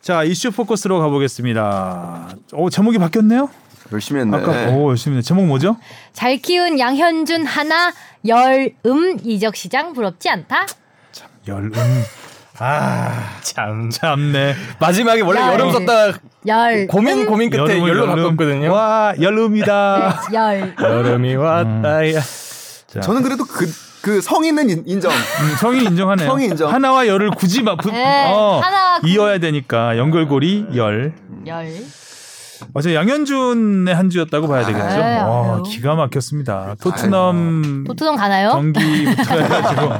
[SPEAKER 2] 자, 이슈 포커스로 가보겠습니다. 오, 제목이 어, 바뀌었네요.
[SPEAKER 4] 열심히 했네.
[SPEAKER 2] 아까 오 열심히 했네. 제목 뭐죠?
[SPEAKER 1] 잘 키운 양현준 하나 열음 이적 시장 부럽지 않다.
[SPEAKER 2] 열음. 아
[SPEAKER 3] 참.
[SPEAKER 2] 참네.
[SPEAKER 3] 마지막에 원래
[SPEAKER 1] 야,
[SPEAKER 3] 여름
[SPEAKER 1] 예.
[SPEAKER 3] 썼다
[SPEAKER 1] 열
[SPEAKER 4] 어,
[SPEAKER 3] 고민 고민 끝에
[SPEAKER 2] 여름을
[SPEAKER 3] 열로
[SPEAKER 2] 여름.
[SPEAKER 3] 바꿨거든요.
[SPEAKER 2] 와 열음이다.
[SPEAKER 1] 열
[SPEAKER 3] 여름이
[SPEAKER 4] 음.
[SPEAKER 3] 왔다야.
[SPEAKER 2] 자,
[SPEAKER 4] 저는 그래도 그, 그 성인은 인- 인정.
[SPEAKER 2] 음, 성이 인정하네요.
[SPEAKER 4] 성이 인정.
[SPEAKER 2] 하나와 열을 굳이 막 부,
[SPEAKER 1] 네,
[SPEAKER 2] 어,
[SPEAKER 1] 하나 구-
[SPEAKER 2] 이어야 되니까 연결고리 열.
[SPEAKER 4] 음.
[SPEAKER 5] 열.
[SPEAKER 2] 맞아 양현준의 한 주였다고
[SPEAKER 3] 아,
[SPEAKER 2] 봐야 되겠죠.
[SPEAKER 1] 네,
[SPEAKER 2] 와,
[SPEAKER 1] 아유.
[SPEAKER 2] 기가 막혔습니다. 토트넘
[SPEAKER 1] 도트넘 가나요?
[SPEAKER 2] 경기부터 해가지고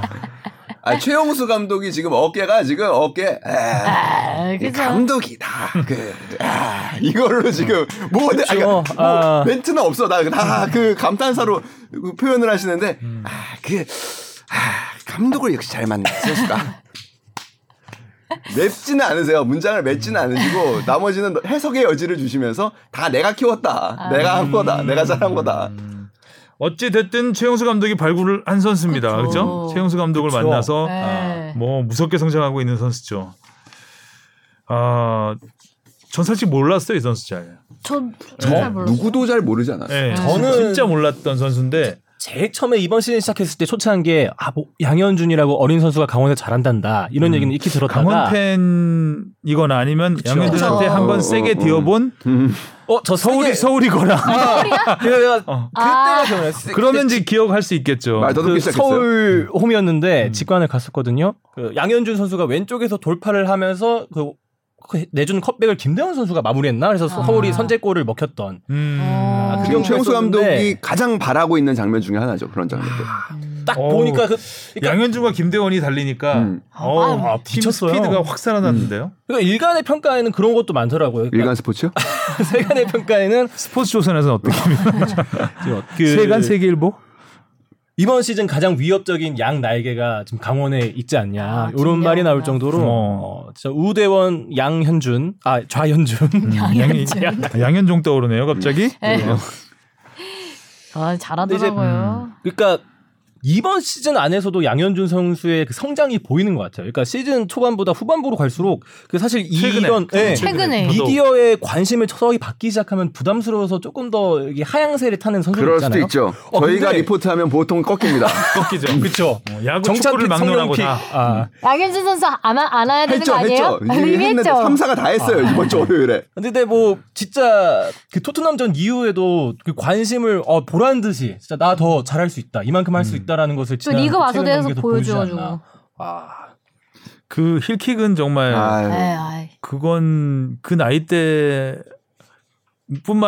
[SPEAKER 4] 아, 최용수 감독이 지금 어깨가 지금 어깨. 에,
[SPEAKER 1] 아,
[SPEAKER 4] 이
[SPEAKER 1] 그죠.
[SPEAKER 4] 감독이다. 그, 아, 이걸로 지금 모든 아, 그러니까 뭐
[SPEAKER 3] 아.
[SPEAKER 4] 멘트는 없어. 나다그 감탄사로 그 표현을 하시는데 아, 그 아, 감독을 역시 잘 만났습니다. 맵지는 않으세요. 문장을 맵지는 않으시고 나머지는 해석의 여지를 주시면서 다 내가 키웠다. 내가 한 거다. 내가 잘한 거다.
[SPEAKER 2] 어찌 됐든 최영수 감독이 발굴을 한 선수입니다.
[SPEAKER 5] 그쵸.
[SPEAKER 2] 그렇죠? 최영수 감독을
[SPEAKER 3] 그쵸.
[SPEAKER 2] 만나서
[SPEAKER 5] 네.
[SPEAKER 2] 뭐 무섭게 성장하고 있는 선수죠. 아, 전 사실 몰랐어요 이 선수 잘.
[SPEAKER 5] 저잘 모르겠어요.
[SPEAKER 4] 누구도 잘 모르지
[SPEAKER 2] 네,
[SPEAKER 4] 않았어요.
[SPEAKER 3] 저는-
[SPEAKER 2] 진짜 몰랐던 선수인데
[SPEAKER 3] 제일 처음에 이번 시즌 시작했을 때 초췌한 게 아, 뭐, 양현준이라고 어린 선수가 강원에 잘한단다 이런 얘기는 익히 들었다가
[SPEAKER 2] 음. 강원 팬이거나 아니면
[SPEAKER 3] 그쵸. 음,
[SPEAKER 2] 양현준한테
[SPEAKER 5] 그쵸.
[SPEAKER 2] 한
[SPEAKER 4] 어,
[SPEAKER 2] 번 세게
[SPEAKER 4] 어, 어.
[SPEAKER 2] 뒤어본
[SPEAKER 3] 어저
[SPEAKER 2] 서울이
[SPEAKER 3] 서울이 서
[SPEAKER 2] 서울이거나
[SPEAKER 3] 그때가
[SPEAKER 2] 어.
[SPEAKER 1] 아.
[SPEAKER 3] 변했어.
[SPEAKER 2] 그러면 이제 기억할 수 있겠죠.
[SPEAKER 4] 말 더듬기
[SPEAKER 3] 그
[SPEAKER 4] 시작했어요.
[SPEAKER 3] 서울
[SPEAKER 2] 음.
[SPEAKER 3] 홈이었는데 직관을 갔었거든요. 그 양현준 선수가 왼쪽에서 돌파를 하면서 그, 그 내준 컵백을 김대원 선수가 마무리했나? 그래서
[SPEAKER 5] 아.
[SPEAKER 3] 서울이 선제골을 먹혔던. 아,
[SPEAKER 2] 음.
[SPEAKER 5] 어.
[SPEAKER 4] 지금
[SPEAKER 3] 그건
[SPEAKER 4] 최용수
[SPEAKER 3] 그랬었는데. 아,
[SPEAKER 4] 감독이 가장 바라고 있는 장면 중에 하나죠. 그런 장면들.
[SPEAKER 3] 딱
[SPEAKER 2] 어우.
[SPEAKER 3] 보니까 그, 그러니까,
[SPEAKER 2] 양현준과 김대원이 달리니까
[SPEAKER 4] 음.
[SPEAKER 2] 어,
[SPEAKER 5] 아,
[SPEAKER 2] 아, 음. 팀
[SPEAKER 3] 미쳤어요.
[SPEAKER 2] 스피드가 확 살아났는데요.
[SPEAKER 3] 그러니까 일간의 평가에는 그런 것도 많더라고요. 그러니까
[SPEAKER 4] 일간 스포츠?
[SPEAKER 3] 세간의 평가에는
[SPEAKER 2] 스포츠 조선에서는 어떻게
[SPEAKER 3] 그
[SPEAKER 2] 세간 세계일보?
[SPEAKER 3] 이번 시즌 가장 위협적인 양 날개가 지금 강원에 있지 않냐
[SPEAKER 5] 아,
[SPEAKER 3] 이런 말이 나올
[SPEAKER 5] 김대원이랑.
[SPEAKER 3] 정도로
[SPEAKER 2] 어.
[SPEAKER 3] 어, 진짜 우대원 양현준 아 좌현준
[SPEAKER 2] 음.
[SPEAKER 5] 양현준.
[SPEAKER 2] 양현- 양현종 떠오르네요 갑자기.
[SPEAKER 5] 네.
[SPEAKER 2] 어.
[SPEAKER 5] 아, 잘하더라고요.
[SPEAKER 4] 음.
[SPEAKER 3] 그러니까 이번 시즌 안에서도 양현준 선수의 그 성장이 보이는 것 같아요. 그러니까 시즌 초반보다 후반부로 갈수록 그 사실
[SPEAKER 2] 최근에.
[SPEAKER 3] 이런 예,
[SPEAKER 5] 최근에.
[SPEAKER 2] 저도
[SPEAKER 3] 미디어의 관심을 서서히 받기 시작하면 부담스러워서 조금 더 이게 하향세를 타는 선수들
[SPEAKER 4] 그럴 수도
[SPEAKER 3] 있잖아요.
[SPEAKER 4] 있죠.
[SPEAKER 3] 어,
[SPEAKER 4] 저희가
[SPEAKER 3] 근데-
[SPEAKER 4] 리포트하면 보통 꺾입니다.
[SPEAKER 2] 꺾이죠.
[SPEAKER 3] 그렇죠.
[SPEAKER 2] 어, 야구 축구를 음.
[SPEAKER 3] 정찬필
[SPEAKER 2] 막론하고
[SPEAKER 3] 성명필
[SPEAKER 2] 다.
[SPEAKER 3] 아.
[SPEAKER 1] 양현준 선수 안, 하- 안 해야 되는
[SPEAKER 4] 했죠,
[SPEAKER 1] 거
[SPEAKER 4] 했죠.
[SPEAKER 1] 아니에요?
[SPEAKER 4] 이미
[SPEAKER 1] 이미
[SPEAKER 4] 했는데
[SPEAKER 1] 했죠.
[SPEAKER 4] 삼사가 다 했어요
[SPEAKER 3] 아.
[SPEAKER 4] 이번 주 월요일에.
[SPEAKER 3] 근데 뭐 진짜 그 토트넘전 이후에도 그 관심을 어 보란 듯이 진짜 나 더 잘할 수 있다. 이만큼 할 수 있다라는 것을
[SPEAKER 1] 또
[SPEAKER 3] 지난
[SPEAKER 1] 음. 그러니까 리그
[SPEAKER 3] 그
[SPEAKER 1] 와서도
[SPEAKER 3] 최근
[SPEAKER 1] 계속
[SPEAKER 3] 경기에서
[SPEAKER 1] 보여줘가지고.
[SPEAKER 3] 보여주지 않나. 아.
[SPEAKER 2] 그 힐킥은 정말
[SPEAKER 4] 아유.
[SPEAKER 5] 네, 아이.
[SPEAKER 2] 그건 그 나이 때뿐만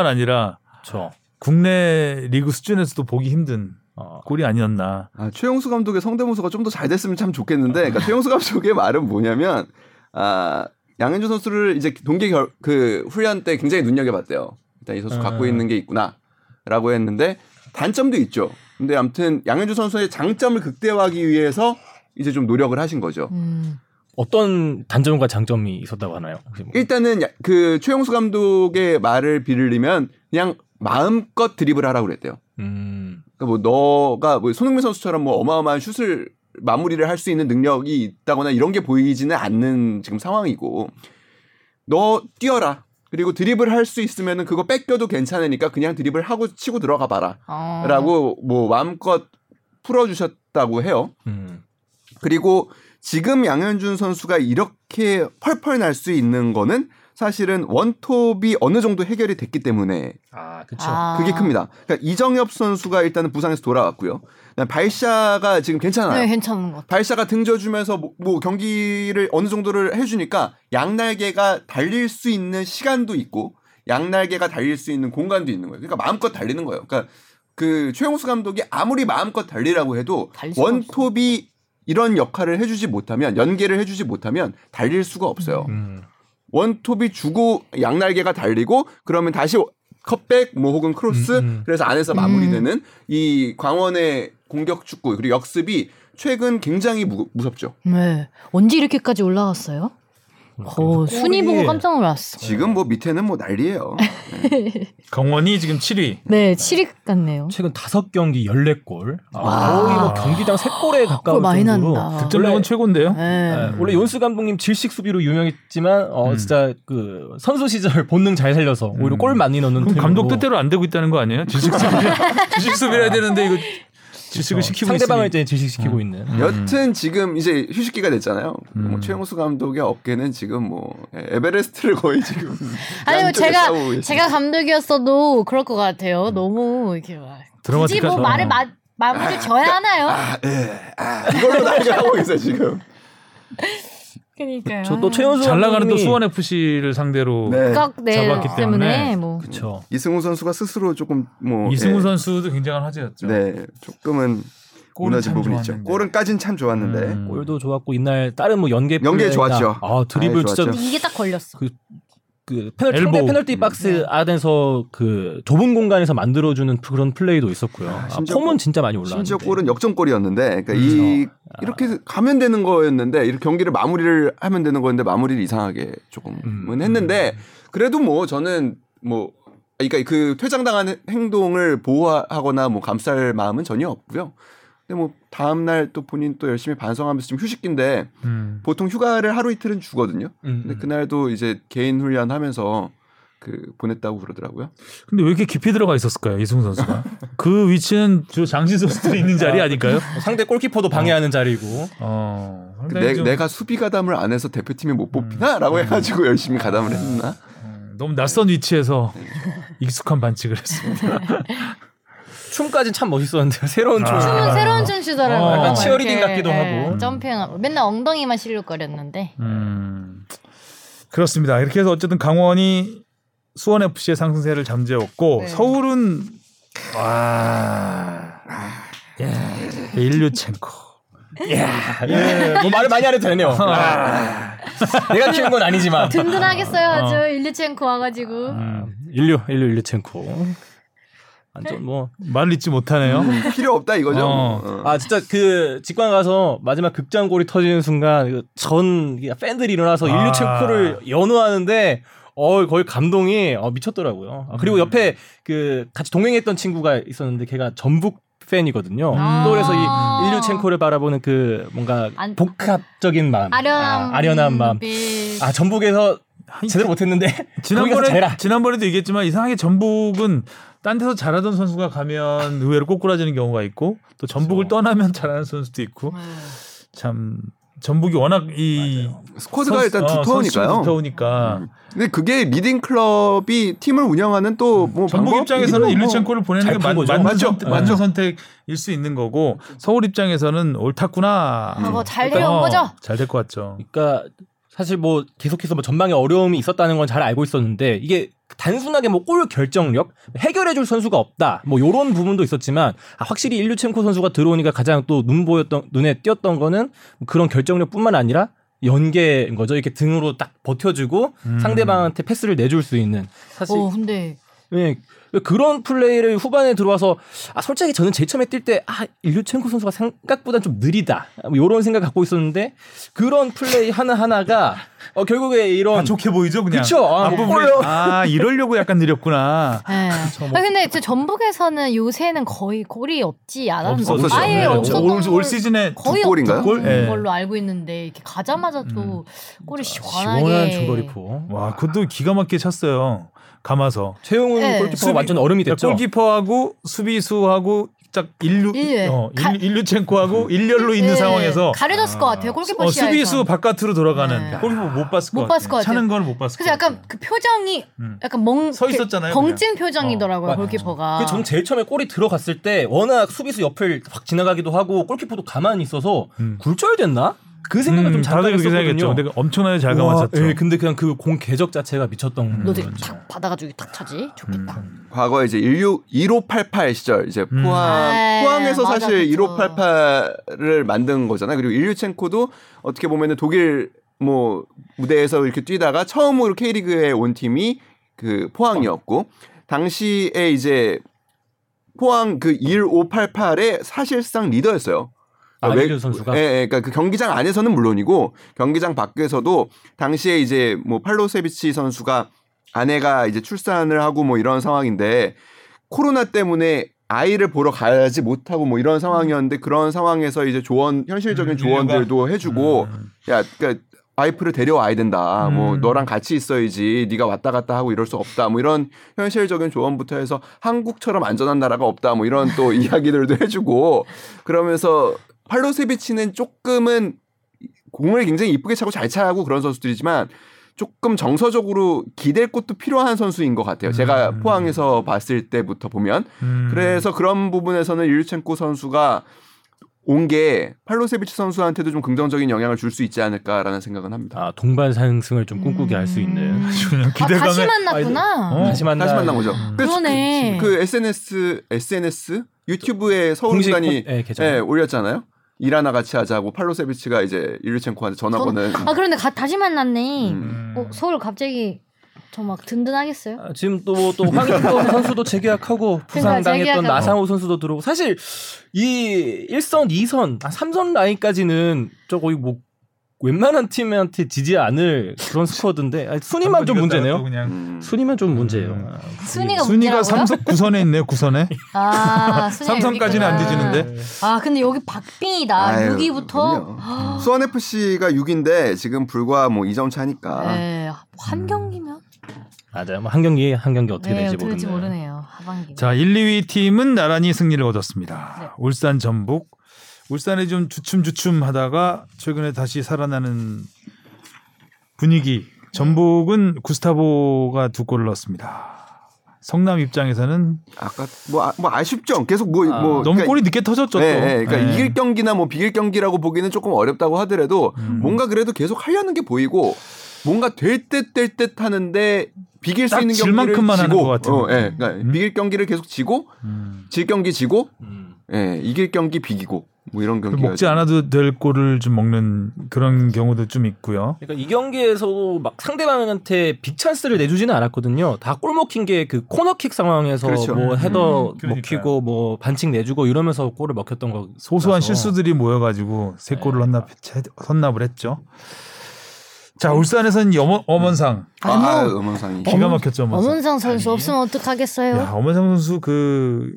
[SPEAKER 2] 아니라
[SPEAKER 3] 그렇죠.
[SPEAKER 2] 국내 리그 수준에서도 보기 힘든
[SPEAKER 3] 어.
[SPEAKER 2] 골이 아니었나.
[SPEAKER 4] 아, 최용수 감독의 성대모사가 좀 더 잘 됐으면 참 좋겠는데, 그러니까 최용수 감독의 말은 뭐냐면, 아, 양현준 선수를 이제 동계 결, 그 훈련 때 굉장히 눈여겨봤대요. 일단 이 선수 갖고
[SPEAKER 2] 음.
[SPEAKER 4] 있는 게 있구나라고 했는데 단점도 있죠. 근데 아무튼 양현준 선수의 장점을 극대화하기 위해서 이제 좀 노력을 하신 거죠.
[SPEAKER 5] 음.
[SPEAKER 3] 어떤 단점과 장점이 있었다고 하나요? 혹시 뭐?
[SPEAKER 4] 일단은 야- 그 최용수 감독의 말을 빌리면 그냥 마음껏 드립을 하라고 그랬대요.
[SPEAKER 3] 음.
[SPEAKER 4] 그러니까 뭐 너가 뭐 손흥민 선수처럼 뭐 어마어마한 슛을 마무리를 할 수 있는 능력이 있다거나 이런 게 보이지는 않는 지금 상황이고 너 뛰어라 그리고 드립을 할 수 있으면은 그거 뺏겨도 괜찮으니까 그냥 드립을 하고 치고 들어가
[SPEAKER 1] 아.
[SPEAKER 5] 어.
[SPEAKER 4] 봐라라고 뭐 마음껏 풀어주셨다고 해요.
[SPEAKER 3] 음.
[SPEAKER 4] 그리고 지금 양현준 선수가 이렇게 펄펄 날 수 있는 거는 사실은 원톱이 어느 정도 해결이 됐기 때문에
[SPEAKER 3] 아, 그쵸.
[SPEAKER 5] 아.
[SPEAKER 4] 그게 큽니다. 그러니까 이정엽 선수가 일단은 부상에서 돌아왔고요. 그다음에 발샤가 지금 괜찮아요.
[SPEAKER 5] 네, 괜찮은 것 같아.
[SPEAKER 4] 발샤가 등져주면서 뭐, 뭐 경기를 어느 정도를 해주니까 양날개가 달릴 수 있는 시간도 있고 양날개가 달릴 수 있는 공간도 있는 거예요. 그러니까 마음껏 달리는 거예요. 그러니까 그 최용수 감독이 아무리 마음껏 달리라고 해도
[SPEAKER 5] 달릴 수가
[SPEAKER 4] 원톱이 이런 역할을 해주지 못하면 연계를 해주지 못하면 달릴 수가 없어요.
[SPEAKER 3] 음.
[SPEAKER 4] 원톱이 주고 양날개가 달리고 그러면 다시 컵백 뭐 혹은 크로스
[SPEAKER 3] 음, 음.
[SPEAKER 4] 그래서 안에서 마무리되는
[SPEAKER 2] 음.
[SPEAKER 4] 이 광원의 공격 축구 그리고 역습이 최근 굉장히 무, 무섭죠.
[SPEAKER 5] 네. 언제 이렇게까지 올라왔어요?
[SPEAKER 3] 아,
[SPEAKER 1] 오, 순위 보고 깜짝 놀랐어.
[SPEAKER 2] 네.
[SPEAKER 4] 지금 뭐 밑에는 뭐 난리예요.
[SPEAKER 2] 강원이 지금 7위.
[SPEAKER 5] 네, 7위 같네요.
[SPEAKER 3] 최근 다섯 경기 14골.
[SPEAKER 5] 와.
[SPEAKER 3] 거의 뭐 경기당 3골에
[SPEAKER 5] 골
[SPEAKER 3] 가까운
[SPEAKER 5] 많이
[SPEAKER 3] 정도로
[SPEAKER 5] 난다.
[SPEAKER 2] 득점력은
[SPEAKER 3] 아. 원래-
[SPEAKER 2] 최고인데요.
[SPEAKER 5] 네.
[SPEAKER 3] 네, 원래 연수 감독님 질식 수비로 유명했지만 어
[SPEAKER 2] 음.
[SPEAKER 3] 진짜 그 선수 시절 본능 잘 살려서 오히려
[SPEAKER 2] 음.
[SPEAKER 3] 골 많이 넣는
[SPEAKER 2] 그럼
[SPEAKER 3] 팀으로
[SPEAKER 2] 감독 뜻대로 안 되고 있다는 거 아니에요? 질식 그렇죠. 수비라 질식 뭐. 수비라 해야 되는데 이거 질식을
[SPEAKER 3] 어,
[SPEAKER 2] 시키고
[SPEAKER 3] 상대방을
[SPEAKER 2] 있으니.
[SPEAKER 3] 이제 질식시키고 있는
[SPEAKER 2] 음.
[SPEAKER 4] 여튼 지금 이제 휴식기가 됐잖아요.
[SPEAKER 2] 음.
[SPEAKER 4] 뭐 최영수 감독의 어깨는 지금 뭐 예, 에베레스트를 거의 지금
[SPEAKER 5] 아니, 뭐
[SPEAKER 4] 양쪽에
[SPEAKER 5] 제가,
[SPEAKER 4] 싸우고 계십니다.
[SPEAKER 5] 제가 감독이었어도 그럴 것 같아요. 너무 이렇게 막. 굳이 뭐
[SPEAKER 2] 드라마틱하죠.
[SPEAKER 5] 말을 마, 마무리를 져야 하나요?
[SPEAKER 4] 아, 예. 아, 이걸로 나가고 있어요 지금.
[SPEAKER 5] 그니까요.
[SPEAKER 3] 저또 최연수
[SPEAKER 2] 잘 나가는 또 수원 FC를 상대로
[SPEAKER 4] 네.
[SPEAKER 2] 잡았기
[SPEAKER 5] 네, 때문에
[SPEAKER 2] 때문에.
[SPEAKER 5] 뭐
[SPEAKER 3] 그렇죠.
[SPEAKER 4] 이승우 선수가 스스로 조금 뭐
[SPEAKER 2] 이승우
[SPEAKER 4] 예,
[SPEAKER 2] 선수도 굉장한 화제였죠.
[SPEAKER 4] 네 조금은
[SPEAKER 2] 골은
[SPEAKER 4] 무너진
[SPEAKER 2] 참
[SPEAKER 4] 부분이 있죠.
[SPEAKER 2] 좋았는데.
[SPEAKER 4] 골은 까진 참 좋았는데
[SPEAKER 2] 음.
[SPEAKER 3] 골도 좋았고 이날 다른 뭐 연계
[SPEAKER 4] 연계
[SPEAKER 3] 플레이나-
[SPEAKER 4] 좋았죠.
[SPEAKER 3] 아 드리블
[SPEAKER 4] 아예
[SPEAKER 3] 진짜
[SPEAKER 4] 좋았죠.
[SPEAKER 5] 근데 이게 딱 걸렸어.
[SPEAKER 3] 그 페널티
[SPEAKER 2] 엘보우.
[SPEAKER 3] 상대 페널티
[SPEAKER 4] 네.
[SPEAKER 3] 박스 안에서 그 좁은 공간에서 만들어주는 그런 플레이도 있었고요. 아,
[SPEAKER 4] 심지어
[SPEAKER 3] 폼은
[SPEAKER 4] 골-
[SPEAKER 3] 진짜 많이 올라왔는데.
[SPEAKER 4] 심지어 골은 역전골이었는데 그러니까
[SPEAKER 2] 그렇죠.
[SPEAKER 4] 이
[SPEAKER 2] 아.
[SPEAKER 4] 이렇게 가면 되는 거였는데 이렇게 경기를 마무리를 하면 되는 거였는데 마무리를 이상하게 조금은
[SPEAKER 3] 음.
[SPEAKER 4] 했는데 그래도 뭐 저는 뭐 그러니까 그 퇴장당한 행동을 보호하거나 뭐 감쌀 마음은 전혀 없고요. 근데 뭐 다음 날 또 본인 또 열심히 반성하면서 지금 휴식기인데
[SPEAKER 2] 음.
[SPEAKER 4] 보통 휴가를 하루 이틀은 주거든요.
[SPEAKER 3] 음,
[SPEAKER 4] 근데
[SPEAKER 3] 음.
[SPEAKER 4] 그날도 이제 개인 훈련 하면서 그 보냈다고 그러더라고요.
[SPEAKER 2] 근데 왜 이렇게 깊이 들어가 있었을까요, 이승우 선수가? 그 위치는 주 장신 선수들이 있는 자리 아닐까요?
[SPEAKER 3] 상대 골키퍼도 방해하는 자리고.
[SPEAKER 2] 어.
[SPEAKER 4] 내,
[SPEAKER 2] 상당히 좀,
[SPEAKER 4] 내가 수비 가담을 안 해서 대표팀에 못 뽑히나라고 해가지고 열심히 가담을 했나?
[SPEAKER 2] 음, 너무 낯선 위치에서 익숙한 반칙을 했습니다.
[SPEAKER 3] 춤까진 참 멋있었는데 새로운 춤.
[SPEAKER 2] 아.
[SPEAKER 5] 춤은 새로운 춤추더라고요.
[SPEAKER 2] 어, 약간
[SPEAKER 5] 막
[SPEAKER 3] 치어리딩
[SPEAKER 5] 이렇게,
[SPEAKER 3] 같기도
[SPEAKER 5] 예,
[SPEAKER 3] 하고.
[SPEAKER 5] 점핑하고 맨날 엉덩이만 실룩거렸는데.
[SPEAKER 3] 네.
[SPEAKER 2] 음. 그렇습니다. 이렇게 해서 어쨌든 강원이 수원 FC의 상승세를 잠재웠고
[SPEAKER 5] 네.
[SPEAKER 2] 서울은 와. 예. 일류첸코.
[SPEAKER 3] 예, 뭐 말을 많이 안 해도 되네요.
[SPEAKER 5] 어.
[SPEAKER 3] 아. 내가 키운 건 아니지만.
[SPEAKER 5] 든든하겠어요 아주 일리첸코 와가지고.
[SPEAKER 2] 아.
[SPEAKER 3] 음, 인류, 인류, 인류 첸코.
[SPEAKER 5] 아,
[SPEAKER 3] 완전 뭐.
[SPEAKER 2] 말을 잊지 못하네요.
[SPEAKER 4] 음, 필요 없다 이거죠.
[SPEAKER 2] 어.
[SPEAKER 4] 어.
[SPEAKER 3] 아, 진짜 그 직관 가서 마지막 극장골이 터지는 순간 그전 팬들이 일어나서 인류
[SPEAKER 2] 아.
[SPEAKER 3] 첸코를 연호하는데 어, 거의 감동이 어, 미쳤더라고요. 아,
[SPEAKER 2] 음.
[SPEAKER 3] 그리고 옆에 그 같이 동행했던 친구가 있었는데 걔가 전북 팬이거든요.
[SPEAKER 5] 아.
[SPEAKER 3] 또 그래서 이 인류 첸코를 바라보는 그 뭔가
[SPEAKER 5] 안-
[SPEAKER 3] 복합적인 마음.
[SPEAKER 5] 아련함.
[SPEAKER 3] 아, 아련한 마음.
[SPEAKER 5] 눈빛.
[SPEAKER 3] 아, 전북에서
[SPEAKER 2] 그
[SPEAKER 3] 제대로 못했는데 거기 가서
[SPEAKER 2] 지난번에
[SPEAKER 3] 잘해라.
[SPEAKER 2] 지난번에도 얘기했지만 이상하게 전북은 딴 데서 잘하던 선수가 가면 의외로 꼬꾸라지는 경우가 있고 또 전북을
[SPEAKER 3] 그렇죠.
[SPEAKER 2] 떠나면 잘하는 선수도 있고
[SPEAKER 5] 네.
[SPEAKER 2] 참 전북이 워낙 이
[SPEAKER 4] 스쿼드가 일단
[SPEAKER 2] 선수- 어,
[SPEAKER 4] 두터우니까요. 음.
[SPEAKER 2] 선수가 두터우니까
[SPEAKER 4] 근데 그게 리딩 클럽이 팀을 운영하는 또뭐
[SPEAKER 2] 음. 전북 입장에서는 일루첸코를 보내는
[SPEAKER 3] 잘
[SPEAKER 2] 게
[SPEAKER 3] 푼
[SPEAKER 2] 맞,
[SPEAKER 3] 거죠.
[SPEAKER 2] 맞는,
[SPEAKER 4] 맞죠.
[SPEAKER 2] 선택,
[SPEAKER 4] 맞죠.
[SPEAKER 2] 맞는 선택일 수 있는 거고 서울 입장에서는 옳았구나. 그러니까 어,
[SPEAKER 5] 아, 뭐잘 데려온 거죠?
[SPEAKER 2] 잘될 것 같죠.
[SPEAKER 3] 그러니까 사실 뭐 계속해서 뭐 전방에 어려움이 있었다는 건 잘 알고 있었는데 이게 단순하게 뭐 골 결정력 해결해줄 선수가 없다 뭐 요런 부분도 있었지만 아, 확실히 일류첸코 선수가 들어오니까 가장 또 눈보였던 눈에 띄었던 거는 그런 결정력뿐만 아니라 연계인 거죠 이렇게 등으로 딱 버텨주고
[SPEAKER 2] 음.
[SPEAKER 3] 상대방한테 패스를 내줄 수 있는 사실
[SPEAKER 1] 어,
[SPEAKER 5] 오, 어, 근데
[SPEAKER 3] 예, 그런 플레이를 후반에 들어와서 아, 솔직히 저는 제일 처음에 뛸 때 아, 일류첸코 선수가 생각보다 좀 느리다. 뭐 이런 생각 갖고 있었는데 그런 플레이 하나하나가 어, 결국에 이런
[SPEAKER 2] 아, 좋게 보이죠, 그냥.
[SPEAKER 3] 그쵸? 아,
[SPEAKER 2] 앞부분에-
[SPEAKER 3] 뭐 골로.
[SPEAKER 2] 아, 이러려고 약간 느렸구나.
[SPEAKER 5] 예. 아 근데 저 전북에서는 요새는 거의 골이 없지 않았는데
[SPEAKER 2] 없었죠.
[SPEAKER 5] 아예
[SPEAKER 4] 네,
[SPEAKER 5] 없었던
[SPEAKER 2] 올, 올
[SPEAKER 5] 걸
[SPEAKER 2] 시즌에
[SPEAKER 5] 거의
[SPEAKER 4] 두 골인가요?
[SPEAKER 5] 없었던
[SPEAKER 2] 골? 예.
[SPEAKER 5] 걸로 알고 있는데 이렇게 가자마자 또 골이 시원하게
[SPEAKER 3] 시원한 중거리포.
[SPEAKER 2] 와, 그것도 기가 막히게 쳤어요. 감아서.
[SPEAKER 3] 최용훈
[SPEAKER 5] 네.
[SPEAKER 3] 골키퍼가
[SPEAKER 2] 수비-
[SPEAKER 3] 완전 얼음이
[SPEAKER 2] 그러니까
[SPEAKER 3] 됐죠.
[SPEAKER 2] 골키퍼하고 수비수하고 딱 일루
[SPEAKER 5] 예.
[SPEAKER 2] 어,
[SPEAKER 5] 가-
[SPEAKER 2] 일, 일루첸코하고 일렬로 있는
[SPEAKER 5] 예,
[SPEAKER 2] 상황에서
[SPEAKER 5] 가려졌을 것 같아요 골키퍼
[SPEAKER 2] 어,
[SPEAKER 5] 시야에서
[SPEAKER 2] 수비수 바깥으로 돌아가는
[SPEAKER 5] 네.
[SPEAKER 2] 골키퍼 못 봤을
[SPEAKER 5] 못
[SPEAKER 2] 것
[SPEAKER 5] 봤을 것 같아요.
[SPEAKER 2] 차는 걸 못 봤을
[SPEAKER 5] 그래서
[SPEAKER 2] 것
[SPEAKER 5] 약간
[SPEAKER 2] 같아요.
[SPEAKER 5] 그 표정이
[SPEAKER 2] 음.
[SPEAKER 5] 약간 멍
[SPEAKER 2] 서
[SPEAKER 5] 그
[SPEAKER 2] 있었잖아요,
[SPEAKER 5] 벙찐 표정이더라고요
[SPEAKER 3] 어,
[SPEAKER 5] 골키퍼가.
[SPEAKER 3] 그 전 제일 처음에 골이 들어갔을 때 워낙 수비수 옆을 확 지나가기도 하고 골키퍼도 가만히 있어서
[SPEAKER 2] 음.
[SPEAKER 3] 굴절됐나? 그 생각을 좀 잠깐
[SPEAKER 2] 다들 그렇게 생각했죠.
[SPEAKER 3] 했었거든요.
[SPEAKER 2] 근데 엄청나게 잘
[SPEAKER 3] 우와,
[SPEAKER 2] 감아쳤죠.
[SPEAKER 3] 예, 근데 그냥 그 공 궤적 자체가 미쳤던
[SPEAKER 5] 음,
[SPEAKER 3] 음,
[SPEAKER 5] 너도
[SPEAKER 3] 거죠.
[SPEAKER 5] 탁 받아가지고 탁 차지 좋겠다.
[SPEAKER 4] 과거 이제 16, 1588 시절 이제 포항
[SPEAKER 5] 아,
[SPEAKER 4] 포항에서
[SPEAKER 5] 맞아,
[SPEAKER 4] 사실
[SPEAKER 5] 그쵸.
[SPEAKER 4] 1588을 만든 거잖아요. 그리고 일류첸코도 어떻게 보면은 독일 뭐 무대에서 이렇게 뛰다가 처음으로 K리그에 온 팀이 그 포항이었고 당시에 이제 포항 그 1588의 사실상 리더였어요. 그러니까
[SPEAKER 3] 아밀류
[SPEAKER 4] 외-
[SPEAKER 3] 선수가?
[SPEAKER 4] 예, 예, 그러니까 그 경기장 안에서는 물론이고 경기장 밖에서도 당시에 이제 뭐 팔로세비치 선수가 아내가 이제 출산을 하고 뭐 이런 상황인데 코로나 때문에 아이를 보러 가지 못하고 뭐 이런 상황이었는데 그런 상황에서 이제 조언 현실적인
[SPEAKER 2] 음,
[SPEAKER 4] 조언들도 해주고
[SPEAKER 2] 음.
[SPEAKER 4] 야 그러니까 와이프를 데려와야 된다 뭐
[SPEAKER 2] 음.
[SPEAKER 4] 너랑 같이 있어야지 네가 왔다 갔다 하고 이럴 수 없다 뭐 이런 현실적인 조언부터 해서 한국처럼 안전한 나라가 없다 뭐 이런 또 이야기들도 해주고 그러면서 팔로세비치는 조금은 공을 굉장히 이쁘게 차고 잘 차고 그런 선수들이지만 조금 정서적으로 기댈 곳도 필요한 선수인 것 같아요. 제가
[SPEAKER 2] 음.
[SPEAKER 4] 포항에서 봤을 때부터 보면
[SPEAKER 2] 음.
[SPEAKER 4] 그래서 그런 부분에서는 일첸코 선수가 온 게 팔로세비치 선수한테도 좀 긍정적인 영향을 줄 수 있지 않을까라는 생각은 합니다.
[SPEAKER 3] 아 동반 상승을 좀 꿈꾸게 할 수 있는
[SPEAKER 2] 그냥
[SPEAKER 5] 아,
[SPEAKER 2] 기대감에
[SPEAKER 5] 다시 음. 만났구나.
[SPEAKER 2] 어.
[SPEAKER 3] 다시 만나
[SPEAKER 4] 다시 만난 거죠. 그래서
[SPEAKER 5] 그러네.
[SPEAKER 4] 그, 그 SNS SNS 유튜브에
[SPEAKER 3] 공식
[SPEAKER 4] 서울구단이
[SPEAKER 3] 콘- 예, 계정.
[SPEAKER 4] 예, 올렸잖아요. 일하나 같이 하자고 팔로세비치가 이제 일첸코한테 전화
[SPEAKER 5] 전-
[SPEAKER 4] 보는
[SPEAKER 5] 아 그런데 가- 다시 만났네.
[SPEAKER 4] 음.
[SPEAKER 5] 어, 서울 갑자기 저 막 든든하겠어요.
[SPEAKER 3] 아, 지금 또또 황인범 선수도 재계약하고 부상당했던
[SPEAKER 5] 그러니까 재계약하고.
[SPEAKER 3] 나상호 선수도 들어오고 사실 이 1선, 2선, 아, 3선 라인까지는 저 거의 뭐 웬만한 팀한테 지지 않을 그런 스쿼드인데 아니, 순위만 좀 문제네요.
[SPEAKER 4] 음.
[SPEAKER 3] 순위만 좀 문제예요.
[SPEAKER 2] 음.
[SPEAKER 3] 아,
[SPEAKER 5] 순위가
[SPEAKER 2] 순위가
[SPEAKER 5] 문제라고요?
[SPEAKER 2] 삼성 구선에 있네요. 구선에
[SPEAKER 5] 아, 순위가
[SPEAKER 2] 삼성까지는 안
[SPEAKER 5] 여기구나.
[SPEAKER 2] 뒤지는데
[SPEAKER 5] 아, 근데 여기 박빙이다.
[SPEAKER 4] 아유,
[SPEAKER 5] 6위부터.
[SPEAKER 4] 그럼요. 수원 FC가 6인데 지금 불과 뭐 2점 차니까
[SPEAKER 5] 네, 한
[SPEAKER 2] 음.
[SPEAKER 5] 경기면
[SPEAKER 3] 맞아요. 뭐한 경기 한 경기 어떻게
[SPEAKER 5] 네,
[SPEAKER 3] 될지
[SPEAKER 5] 어떻게 될지
[SPEAKER 3] 모르는.
[SPEAKER 5] 모르네요. 하반기.
[SPEAKER 2] 자 1, 2위 팀은 나란히 승리를
[SPEAKER 5] 네.
[SPEAKER 2] 거뒀습니다. 울산 전북 울산이 좀 주춤주춤하다가 최근에 다시 살아나는 분위기.
[SPEAKER 5] 네.
[SPEAKER 2] 전북은 구스타보가 두 골을 넣었습니다. 성남 입장에는
[SPEAKER 4] 아까 뭐, 아, 뭐 아쉽죠. 계속 뭐,
[SPEAKER 3] 아,
[SPEAKER 4] 뭐
[SPEAKER 2] 너무
[SPEAKER 4] 그러니까
[SPEAKER 2] 골이 늦게 터졌죠.
[SPEAKER 4] 예,
[SPEAKER 2] 또.
[SPEAKER 4] 예, 그러니까
[SPEAKER 2] 예.
[SPEAKER 4] 이길 경기나 뭐 비길 경기라고 보기는 조금 어렵다고 하더라도
[SPEAKER 2] 음.
[SPEAKER 4] 뭔가 그래도 계속 하려는 게 보이고 뭔가 될 듯 될 듯 하는데 비길 수
[SPEAKER 2] 딱
[SPEAKER 4] 있는
[SPEAKER 2] 질
[SPEAKER 4] 경기를 지고,
[SPEAKER 2] 만큼만 하는 것 같은
[SPEAKER 4] 어, 예, 그러니까
[SPEAKER 2] 음.
[SPEAKER 4] 비길 경기를 계속 지고
[SPEAKER 2] 음.
[SPEAKER 4] 질 경기 지고
[SPEAKER 3] 음.
[SPEAKER 4] 예, 이길 경기 비기고 뭐 이런 경기가
[SPEAKER 2] 그 먹지 않아도 될 골을 좀 먹는 그런 경우도 좀 있고요.
[SPEAKER 3] 그러니까 이 경기에서도 막 상대방한테 빅 찬스를 내주지는 않았거든요. 다 골 먹힌 게 그 코너킥 상황에서
[SPEAKER 4] 그렇죠.
[SPEAKER 3] 뭐 헤더
[SPEAKER 2] 그러니까요.
[SPEAKER 3] 먹히고 뭐 반칙 내주고 이러면서 골을 먹혔던 거
[SPEAKER 2] 소소한
[SPEAKER 3] 그래서.
[SPEAKER 2] 실수들이 모여가지고 세
[SPEAKER 3] 네.
[SPEAKER 2] 골을 헌납, 헌납을 했죠. 자 울산에서는 염원, 어먼상
[SPEAKER 4] 아, 아, 음원상이
[SPEAKER 2] 기가 막혔죠. 어먼상.
[SPEAKER 5] 엄은상 선수
[SPEAKER 3] 아니.
[SPEAKER 5] 없으면 어떡하겠어요?
[SPEAKER 2] 야, 어먼상 선수 그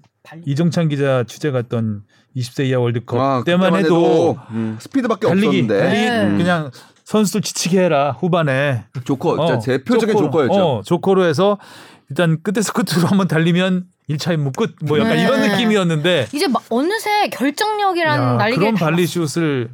[SPEAKER 2] 이정찬 기자 취재 갔던 20세 이하 월드컵
[SPEAKER 4] 아,
[SPEAKER 2] 때만 해도
[SPEAKER 4] 음, 스피드밖에
[SPEAKER 2] 달리기,
[SPEAKER 4] 없었는데
[SPEAKER 2] 달리기
[SPEAKER 5] 음.
[SPEAKER 2] 그냥 선수들 지치게 해라 후반에
[SPEAKER 4] 조커
[SPEAKER 2] 어,
[SPEAKER 4] 진짜 대표적인
[SPEAKER 2] 조커로,
[SPEAKER 4] 조커였죠.
[SPEAKER 2] 어, 조커로 해서 일단 끝에서 끝으로 한번 달리면 1차 임무 끝. 뭐 약간
[SPEAKER 5] 네.
[SPEAKER 2] 이런 느낌이었는데
[SPEAKER 5] 이제 막 어느새 결정력이라는
[SPEAKER 2] 야,
[SPEAKER 5] 날개를
[SPEAKER 2] 그런
[SPEAKER 5] 다-
[SPEAKER 2] 발리슛을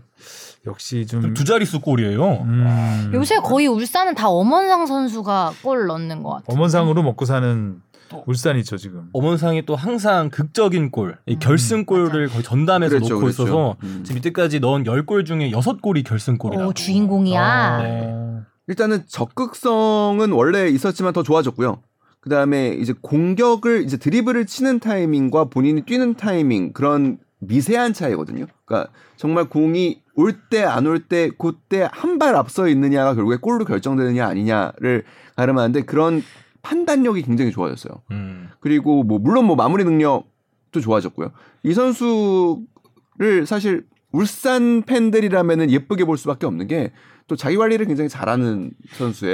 [SPEAKER 2] 역시 좀
[SPEAKER 3] 두 자릿수 골이에요.
[SPEAKER 2] 음,
[SPEAKER 5] 요새 거의 울산은 다 엄원상 선수가 골 넣는 것 같아요.
[SPEAKER 2] 엄원상으로 먹고 사는 울산이죠 지금.
[SPEAKER 3] 엄원상이 또 항상 극적인 골, 이 결승골을 거의 전담해서
[SPEAKER 4] 그랬죠,
[SPEAKER 3] 놓고
[SPEAKER 4] 그랬죠.
[SPEAKER 3] 있어서
[SPEAKER 4] 음.
[SPEAKER 3] 지금 이때까지 넣은 10골 중에 6골이 결승골이라고.
[SPEAKER 5] 오,
[SPEAKER 4] 아,
[SPEAKER 5] 주인공이야.
[SPEAKER 4] 네.
[SPEAKER 2] 어,
[SPEAKER 4] 일단은 적극성은 원래 있었지만 더 좋아졌고요. 그 다음에 이제 공격을 이제 드리블을 치는 타이밍과 본인이 뛰는 타이밍 그런 미세한 차이거든요. 그러니까 정말 공이 올 때 안 올 때 그때 한 발 앞서 있느냐가 결국에 골로 결정되느냐 아니냐를 가름하는데 그런 판단력이 굉장히 좋아졌어요.
[SPEAKER 3] 음.
[SPEAKER 4] 그리고 뭐 물론 뭐 마무리 능력도 좋아졌고요. 이 선수를 사실 울산 팬들이라면은 예쁘게 볼 수밖에 없는 게 또 자기 관리를 굉장히 잘하는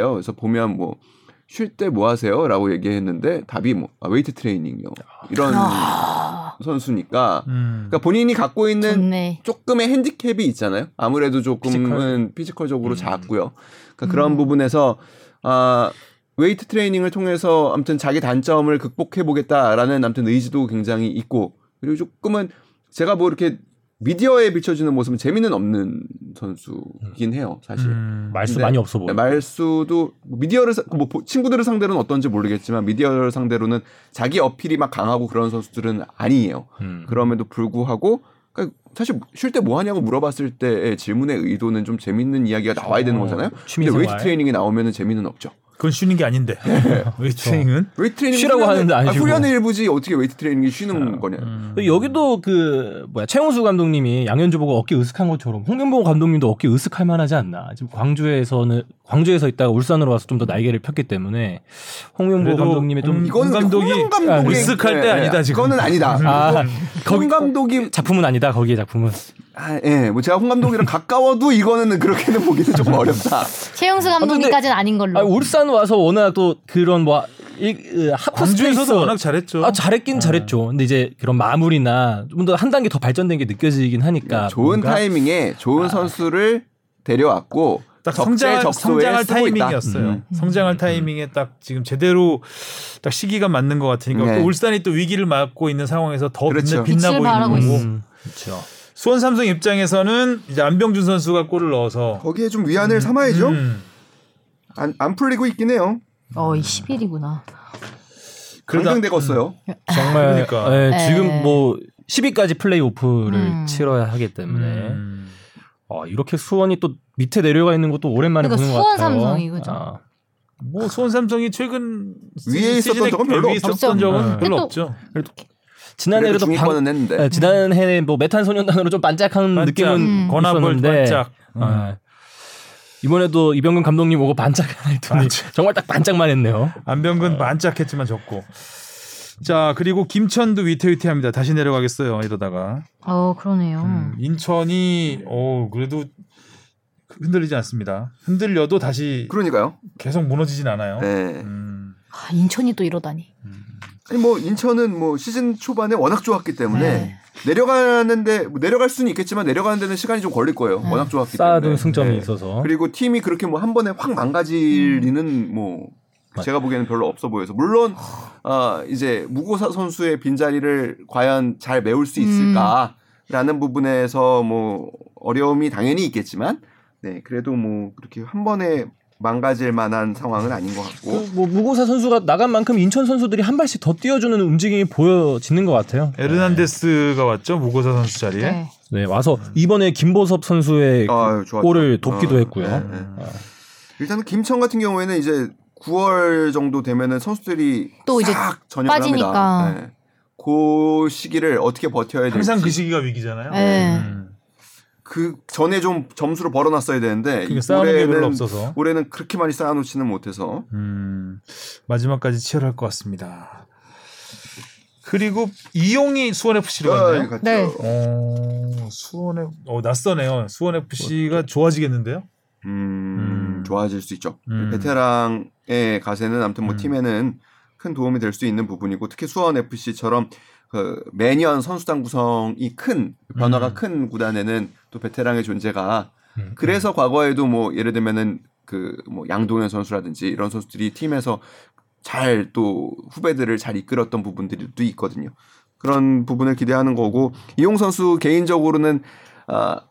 [SPEAKER 4] 선수예요. 그래서 보면 뭐 쉴 때 뭐 하세요라고 얘기했는데 답이 뭐 아, 웨이트 트레이닝이요. 이런
[SPEAKER 5] 아,
[SPEAKER 4] 선수니까
[SPEAKER 2] 음.
[SPEAKER 4] 그러니까 본인이 갖고 있는
[SPEAKER 5] 좋네.
[SPEAKER 4] 조금의 핸디캡이 있잖아요. 아무래도 조금은 피지컬.
[SPEAKER 3] 음.
[SPEAKER 4] 적으로 작고요. 그러니까 그런
[SPEAKER 5] 음.
[SPEAKER 4] 부분에서 아 웨이트 트레이닝을 통해서 아무튼 자기 단점을 극복해 보겠다라는 아무튼 의지도 굉장히 있고 그리고 조금은 제가 뭐 이렇게 미디어에 비춰지는 모습은 재미는 없는 선수긴 해요, 사실.
[SPEAKER 2] 음.
[SPEAKER 3] 말수
[SPEAKER 4] 근데
[SPEAKER 3] 많이 없어 보여.
[SPEAKER 4] 말수도 미디어를 사- 뭐 보- 친구들을 상대로는 어떤지 모르겠지만 미디어를 상대로는 자기 어필이 막 강하고 그런 선수들은 아니에요.
[SPEAKER 3] 음.
[SPEAKER 4] 그럼에도 불구하고 그러니까 사실 쉴 때 뭐 하냐고 물어봤을 때의 질문의 의도는 좀 재밌는 이야기가 나와야 되는
[SPEAKER 3] 어,
[SPEAKER 4] 거잖아요. 근데
[SPEAKER 3] 취미생활.
[SPEAKER 4] 웨이트 트레이닝이 나오면은 재미는 없죠.
[SPEAKER 2] 그건 쉬는 게 아닌데.
[SPEAKER 4] 네.
[SPEAKER 2] 웨이트 트레이닝은.
[SPEAKER 4] 웨이트 트레이닝 아,
[SPEAKER 3] 쉬라고 하는데 안 쉬고.
[SPEAKER 4] 훈련의 일부지 어떻게 웨이트 트레이닝이 쉬는 거냐.
[SPEAKER 2] 음.
[SPEAKER 3] 여기도 그 뭐야 최용수 감독님이 양현주 보고 어깨 으쓱한 것처럼 홍명보 감독님도 어깨 으쓱할 만하지 않나. 지금 광주에서는 광주에서 있다가 울산으로 와서 좀 더 날개를 폈기 때문에 홍명보
[SPEAKER 2] 그래도
[SPEAKER 3] 감독님의 좀
[SPEAKER 2] 홍-
[SPEAKER 4] 이거는
[SPEAKER 2] 감독이
[SPEAKER 4] 홍
[SPEAKER 3] 아,
[SPEAKER 4] 감독이
[SPEAKER 2] 리스크할 때 아니다, 지금. 음.
[SPEAKER 4] 그거는 아니다.
[SPEAKER 3] 아,
[SPEAKER 4] 홍 감독이
[SPEAKER 3] 작품은 아니다 거기에 작품은
[SPEAKER 2] 음.
[SPEAKER 4] 아, 예, 뭐 제가 홍 감독이랑 가까워도 이거는 그렇게는 보기는 조금 어렵다.
[SPEAKER 5] 최영수 감독님까지는 아닌 걸로.
[SPEAKER 3] 아, 울산 와서 워낙 또 그런 뭐 일, 으, 하프 스페이스
[SPEAKER 2] 광주에서도 워낙 잘했죠. 네.
[SPEAKER 3] 아 잘했긴 잘했죠. 근데 이제 그런 마무리나 좀 더 한 단계 더 발전된 게 느껴지긴 하니까
[SPEAKER 4] 네, 좋은
[SPEAKER 3] 뭔가
[SPEAKER 4] 타이밍에 좋은 선수를 데려왔고
[SPEAKER 2] 아. 딱
[SPEAKER 4] 적재
[SPEAKER 2] 성장
[SPEAKER 4] 적소에
[SPEAKER 2] 성장할
[SPEAKER 4] 쓰고 있다. 음,
[SPEAKER 2] 타이밍이었어요. 성장할 타이밍에 딱 지금 제대로 딱 시기가 맞는 것 같으니까
[SPEAKER 4] 네.
[SPEAKER 2] 또 울산이 또 위기를 맞고 있는 상황에서 더
[SPEAKER 4] 그렇죠.
[SPEAKER 2] 빛나,
[SPEAKER 5] 빛을
[SPEAKER 2] 빛나
[SPEAKER 5] 발하고
[SPEAKER 2] 보이는 거고
[SPEAKER 3] 음, 그렇죠.
[SPEAKER 2] 수원 삼성 입장에서는 이제 안병준 선수가 골을 넣어서
[SPEAKER 4] 거기에 좀 위안을 삼아야죠.
[SPEAKER 2] 음,
[SPEAKER 4] 안, 안 풀리고 있긴 해요.
[SPEAKER 5] 어, 10일이구나.
[SPEAKER 2] 그러다-
[SPEAKER 3] 음.
[SPEAKER 4] 강등되었어요.
[SPEAKER 3] 정말
[SPEAKER 2] 그러니까.
[SPEAKER 3] 예,
[SPEAKER 5] 네.
[SPEAKER 3] 지금 뭐 10위까지 플레이오프를
[SPEAKER 5] 음.
[SPEAKER 3] 치러야 하기 때문에
[SPEAKER 2] 음.
[SPEAKER 3] 어, 이렇게 수원이 또 밑에 내려가 있는 것도 오랜만에
[SPEAKER 5] 그러니까
[SPEAKER 3] 보는 것
[SPEAKER 5] 수원
[SPEAKER 3] 같아요.
[SPEAKER 5] 삼성이, 그죠?
[SPEAKER 3] 아,
[SPEAKER 2] 뭐 수원 삼성이 최근
[SPEAKER 4] 위에 있었던
[SPEAKER 2] 시즌에
[SPEAKER 4] 적은 별로
[SPEAKER 2] 위에 있었던
[SPEAKER 5] 없죠.
[SPEAKER 2] 적은
[SPEAKER 3] 네.
[SPEAKER 2] 별로
[SPEAKER 5] 또-
[SPEAKER 2] 없죠.
[SPEAKER 4] 그래도
[SPEAKER 3] 지난해에도 방,
[SPEAKER 4] 중위권은 네. 했는데
[SPEAKER 3] 예, 지난해 뭐 메탄 소년단으로 좀
[SPEAKER 4] 음,
[SPEAKER 3] 반짝한
[SPEAKER 2] 반짝,
[SPEAKER 5] 음.
[SPEAKER 3] 느낌은
[SPEAKER 2] 권합을
[SPEAKER 3] 있었는데
[SPEAKER 2] 반짝.
[SPEAKER 3] 아, 이번에도 이병근 감독님 오고 반짝하나 했더니 정말 딱 반짝만 했네요.
[SPEAKER 2] 안병근 반짝했지만 졌고. 자 그리고 김천도 위태위태합니다. 다시 내려가겠어요 이러다가
[SPEAKER 5] 어, 그러네요.
[SPEAKER 2] 음, 인천이 어 그래도 흔들리지 않습니다. 흔들려도 다시
[SPEAKER 4] 그러니까요.
[SPEAKER 2] 계속 무너지진 않아요.
[SPEAKER 4] 네.
[SPEAKER 2] 음,
[SPEAKER 5] 아, 인천이 또 이러다니.
[SPEAKER 4] 아니 뭐 인천은 뭐 시즌 초반에 워낙 좋았기 때문에
[SPEAKER 5] 네.
[SPEAKER 4] 내려가는데 뭐 내려갈 수는 있겠지만 내려가는 데는 시간이 좀 걸릴 거예요. 워낙 좋았기 때문에.
[SPEAKER 3] 쌓아둔 승점이
[SPEAKER 4] 네.
[SPEAKER 3] 있어서
[SPEAKER 4] 그리고 팀이 그렇게 뭐 한 번에 확
[SPEAKER 5] 음.
[SPEAKER 4] 망가지는 뭐 제가 보기에는 별로 없어 보여서 물론 아 이제 무고사 선수의 빈자리를 과연 잘 메울
[SPEAKER 5] 음.
[SPEAKER 4] 수 있을까라는 부분에서 뭐 어려움이 당연히 있겠지만 네 그래도 뭐 그렇게 한 번에 망가질 만한 상황은 아닌 것 같고
[SPEAKER 3] 그, 뭐 무고사 선수가 나간 만큼 인천 선수들이 한 발씩 더 뛰어주는 움직임이 보여지는 것 같아요.
[SPEAKER 2] 에르난데스가 왔죠 무고사 선수 자리에.
[SPEAKER 5] 네.
[SPEAKER 3] 네 와서 이번에 김보섭 선수의 그
[SPEAKER 4] 아유, 좋았죠.
[SPEAKER 3] 골을 돕기도
[SPEAKER 4] 어,
[SPEAKER 3] 했고요.
[SPEAKER 4] 네, 네.
[SPEAKER 2] 음.
[SPEAKER 4] 일단은 김천 같은 경우에는 이제 9월 정도 되면은 선수들이
[SPEAKER 5] 또 이제
[SPEAKER 4] 싹 전역을
[SPEAKER 5] 빠지니까.
[SPEAKER 4] 합니다. 네. 그 시기를 어떻게 버텨야 될지
[SPEAKER 2] 항상 그 시기가 위기잖아요.
[SPEAKER 5] 네.
[SPEAKER 2] 음.
[SPEAKER 4] 그 전에 좀 점수를 벌어놨어야 되는데
[SPEAKER 2] 그게
[SPEAKER 4] 이
[SPEAKER 2] 그러니까 싸우는 게 별로
[SPEAKER 4] 올해는-
[SPEAKER 2] 없어서.
[SPEAKER 4] 올해는 그렇게 많이 쌓아놓지는 못해서
[SPEAKER 2] 음, 마지막까지 치열할 것 같습니다. 그리고 이용이 수원 FC로
[SPEAKER 4] 아,
[SPEAKER 2] 갔네요.
[SPEAKER 4] 갔죠.
[SPEAKER 5] 네.
[SPEAKER 2] 어, 수원에 어 낯서네요. 수원 FC가 좋아지겠는데요?
[SPEAKER 4] 음,
[SPEAKER 2] 음.
[SPEAKER 4] 좋아질 수 있죠.
[SPEAKER 2] 음.
[SPEAKER 4] 베테랑의 가세는 아무튼 뭐
[SPEAKER 2] 음.
[SPEAKER 4] 팀에는 큰 도움이 될 수 있는 부분이고 특히 수원 FC처럼 그 매년 선수단 구성이 큰 변화가
[SPEAKER 2] 음.
[SPEAKER 4] 큰 구단에는 또 베테랑의 존재가
[SPEAKER 3] 음.
[SPEAKER 4] 그래서 과거에도 뭐 예를 들면은 그 뭐 양동현 선수라든지 이런 선수들이 팀에서 잘 또 후배들을 잘 이끌었던 부분들이 또 있거든요. 그런 부분을 기대하는 거고 이용 선수 개인적으로는 아,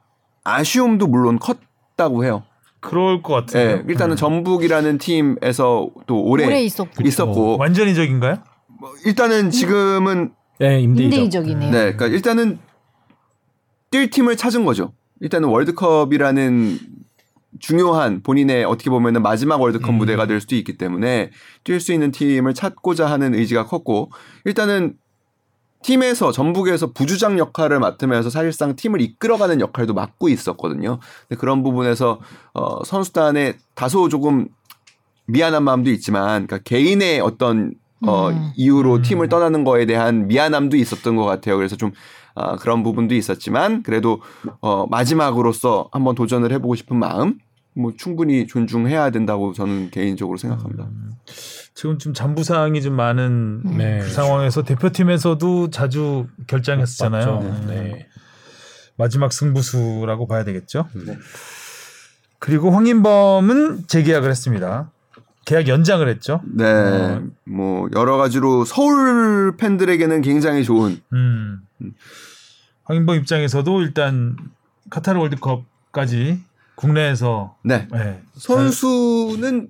[SPEAKER 4] 아쉬움도 물론 컸다고 해요.
[SPEAKER 2] 그럴 것 같아요. 네.
[SPEAKER 4] 예, 일단은 전북이라는 팀에서 또 오래,
[SPEAKER 5] 오래 있었고.
[SPEAKER 4] 있었고
[SPEAKER 2] 어, 완전히 적인가요?
[SPEAKER 4] 뭐 일단은 지금은
[SPEAKER 3] 네 임대이죠.
[SPEAKER 5] 인대이적이네요.
[SPEAKER 4] 네, 그러니까 일단은 뛸 팀을 찾은 거죠. 일단은 월드컵이라는 중요한 본인의 어떻게 보면은 마지막 월드컵
[SPEAKER 2] 음.
[SPEAKER 4] 무대가 될 수도 있기 때문에 뛸 수 있는 팀을 찾고자 하는 의지가 컸고 일단은 팀에서 전북에서 부주장 역할을 맡으면서 사실상 팀을 이끌어가는 역할도 맡고 있었거든요. 근데 그런 부분에서 어, 선수단에 다소 조금 미안한 마음도 있지만 그러니까 개인의 어떤 어,
[SPEAKER 5] 음.
[SPEAKER 4] 이유로
[SPEAKER 2] 음.
[SPEAKER 4] 팀을 떠나는 거에 대한 미안함도 있었던 것 같아요. 그래서 좀 아, 그런 부분도 있었지만 그래도 어, 마지막으로서 한번 도전을 해보고 싶은 마음 뭐 충분히 존중해야 된다고 저는 개인적으로 생각합니다.
[SPEAKER 2] 지금 좀 잔부 사항이 좀 많은
[SPEAKER 5] 음.
[SPEAKER 3] 네.
[SPEAKER 2] 그 상황에서 대표팀에서도 자주 결장했었잖아요.
[SPEAKER 3] 맞죠. 네.
[SPEAKER 2] 마지막 승부수라고 봐야 되겠죠. 그리고 황인범은 재계약을 했습니다. 계약 연장을 했죠.
[SPEAKER 4] 네, 뭐 여러 가지로 서울 팬들에게는 굉장히 좋은
[SPEAKER 2] 음. 황인범 입장에서도 일단 카타르 월드컵까지 국내에서
[SPEAKER 4] 네
[SPEAKER 2] 예,
[SPEAKER 4] 선수는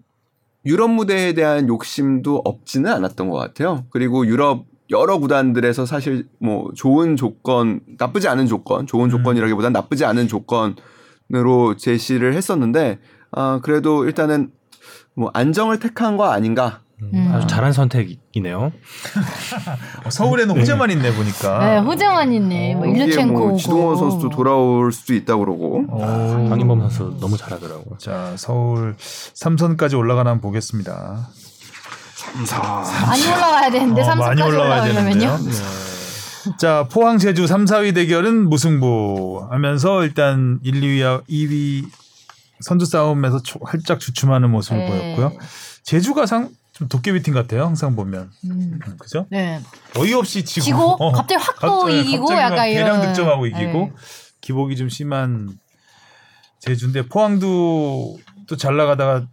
[SPEAKER 4] 유럽 무대에 대한 욕심도 없지는 않았던 것 같아요. 그리고 유럽 여러 구단들에서 사실 뭐 좋은 조건, 나쁘지 않은 조건, 좋은 조건이라기보단 나쁘지 않은 조건으로 제시를 했었는데, 아, 그래도 일단은 뭐 안정을 택한 거 아닌가.
[SPEAKER 1] 음.
[SPEAKER 3] 아주 잘한 선택이네요.
[SPEAKER 2] 어, 서울에 농재만 있네 보니까.
[SPEAKER 5] 네,
[SPEAKER 2] 어.
[SPEAKER 5] 호정환이님, 뭐
[SPEAKER 4] 여기에
[SPEAKER 5] 일류첸코.
[SPEAKER 4] 뭐
[SPEAKER 5] 오고. 어.
[SPEAKER 4] 지동원 선수도 돌아올 수도 있다 그러고
[SPEAKER 2] 오.
[SPEAKER 3] 강인범 선수 너무 잘하더라고.
[SPEAKER 2] 자 서울 삼선까지 올라가나 한번 보겠습니다.
[SPEAKER 5] 많이 올라와야 되는데
[SPEAKER 2] 어, 많이
[SPEAKER 5] 삼성까지
[SPEAKER 2] 올라와야 되는데요.
[SPEAKER 5] 올라오려면요.
[SPEAKER 2] 네. 자 포항 제주 3, 4위 대결은 무승부 하면서 일단 1, 2위와 아, 2위 선두 싸움에서 초- 활짝 주춤하는 모습을
[SPEAKER 5] 네.
[SPEAKER 2] 보였고요. 제주가 상 좀 도깨비 팀 같아요. 항상 보면
[SPEAKER 5] 음.
[SPEAKER 2] 음, 그죠?
[SPEAKER 5] 네.
[SPEAKER 2] 어이없이 지고,
[SPEAKER 5] 지고
[SPEAKER 2] 어,
[SPEAKER 5] 갑자기 확 또
[SPEAKER 2] 갑자기-
[SPEAKER 5] 이기고
[SPEAKER 2] 갑자기 막
[SPEAKER 5] 약간 이런.
[SPEAKER 2] 대량 득점하고 이기고
[SPEAKER 5] 네.
[SPEAKER 2] 기복이 좀 심한 제주인데 포항도 또 잘 나가다가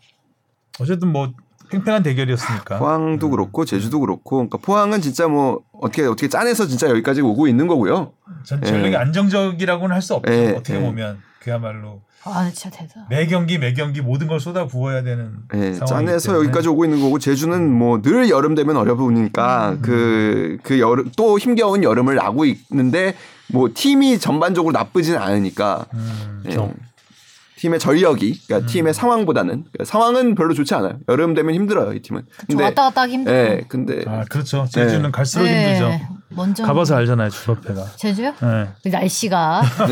[SPEAKER 2] 어쨌든 뭐 팽팽한 대결이었으니까
[SPEAKER 4] 포항도 그렇고 제주도 그렇고 그러니까 포항은 진짜 뭐 어떻게 어떻게 짜내서 진짜 여기까지 오고 있는 거고요.
[SPEAKER 2] 전 전력이
[SPEAKER 4] 예.
[SPEAKER 2] 안정적이라고는 할 수 없죠.
[SPEAKER 4] 예,
[SPEAKER 2] 어떻게
[SPEAKER 4] 예.
[SPEAKER 2] 보면 그야말로
[SPEAKER 5] 아, 진짜 대단.
[SPEAKER 2] 매 경기 매 경기 모든 걸 쏟아 부어야 되는
[SPEAKER 4] 예,
[SPEAKER 2] 상황이기
[SPEAKER 4] 짠해서
[SPEAKER 2] 때문에.
[SPEAKER 4] 여기까지 오고 있는 거고 제주는 뭐 늘 여름 되면 어려우니까
[SPEAKER 2] 음.
[SPEAKER 4] 그, 그 여름 또 힘겨운 여름을 나고 있는데 뭐 팀이 전반적으로 나쁘진 않으니까
[SPEAKER 2] 음,
[SPEAKER 4] 예. 팀의 전력이 그러니까 팀의 상황보다는 그러니까 상황은 별로 좋지 않아요. 여름 되면 힘들어요 이 팀은.
[SPEAKER 5] 좀 왔다 갔다 하기 힘들어.
[SPEAKER 4] 예, 근데
[SPEAKER 2] 아 그렇죠. 제주는
[SPEAKER 4] 네.
[SPEAKER 2] 갈수록 힘들죠.
[SPEAKER 5] 먼저
[SPEAKER 2] 가봐서 알잖아요 주법회가.
[SPEAKER 5] 제주요?
[SPEAKER 2] 예.
[SPEAKER 5] 날씨가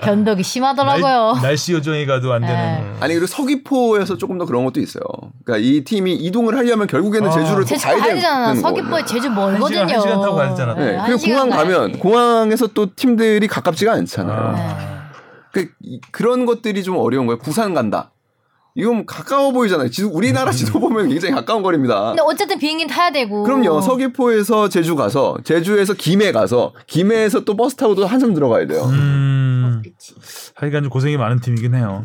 [SPEAKER 5] 변덕이
[SPEAKER 2] 날-
[SPEAKER 5] 심하더라고요. 예.
[SPEAKER 2] 날씨 요정이 가도 안 되는.
[SPEAKER 4] 아니 그리고 서귀포에서 조금 더 그런 것도 있어요. 그러니까 이 팀이 이동을 하려면 결국에는
[SPEAKER 2] 아.
[SPEAKER 4] 제주를 또
[SPEAKER 5] 제주
[SPEAKER 4] 가야
[SPEAKER 5] 가야
[SPEAKER 4] 되는
[SPEAKER 5] 되잖아.
[SPEAKER 4] 거거든요.
[SPEAKER 5] 서귀포에 제주
[SPEAKER 2] 한 시간-
[SPEAKER 5] 멀거든요.
[SPEAKER 2] 한 시간 타고 가야 되잖아.
[SPEAKER 4] 네,
[SPEAKER 5] 한
[SPEAKER 4] 그리고
[SPEAKER 5] 시간
[SPEAKER 4] 공항 가면
[SPEAKER 5] 가야지.
[SPEAKER 4] 공항에서 또 팀들이 가깝지가 않잖아요.
[SPEAKER 5] 네.
[SPEAKER 4] 그 이- 그런 것들이 좀 어려운 거예요. 부산 간다. 이건 가까워 보이잖아요. 지도-
[SPEAKER 2] 음.
[SPEAKER 4] 우리나라 지도 보면 굉장히 가까운 거리입니다.
[SPEAKER 1] 네.
[SPEAKER 5] 근데 어쨌든 비행기 는 타야 되고.
[SPEAKER 4] 그럼요. 서귀포에서 제주 가서 제주에서 김해 가서 김해에서 또 버스 타고 또 한참 들어가야 돼요.
[SPEAKER 2] 음, 하여간 좀 고생이 많은 팀이긴 해요.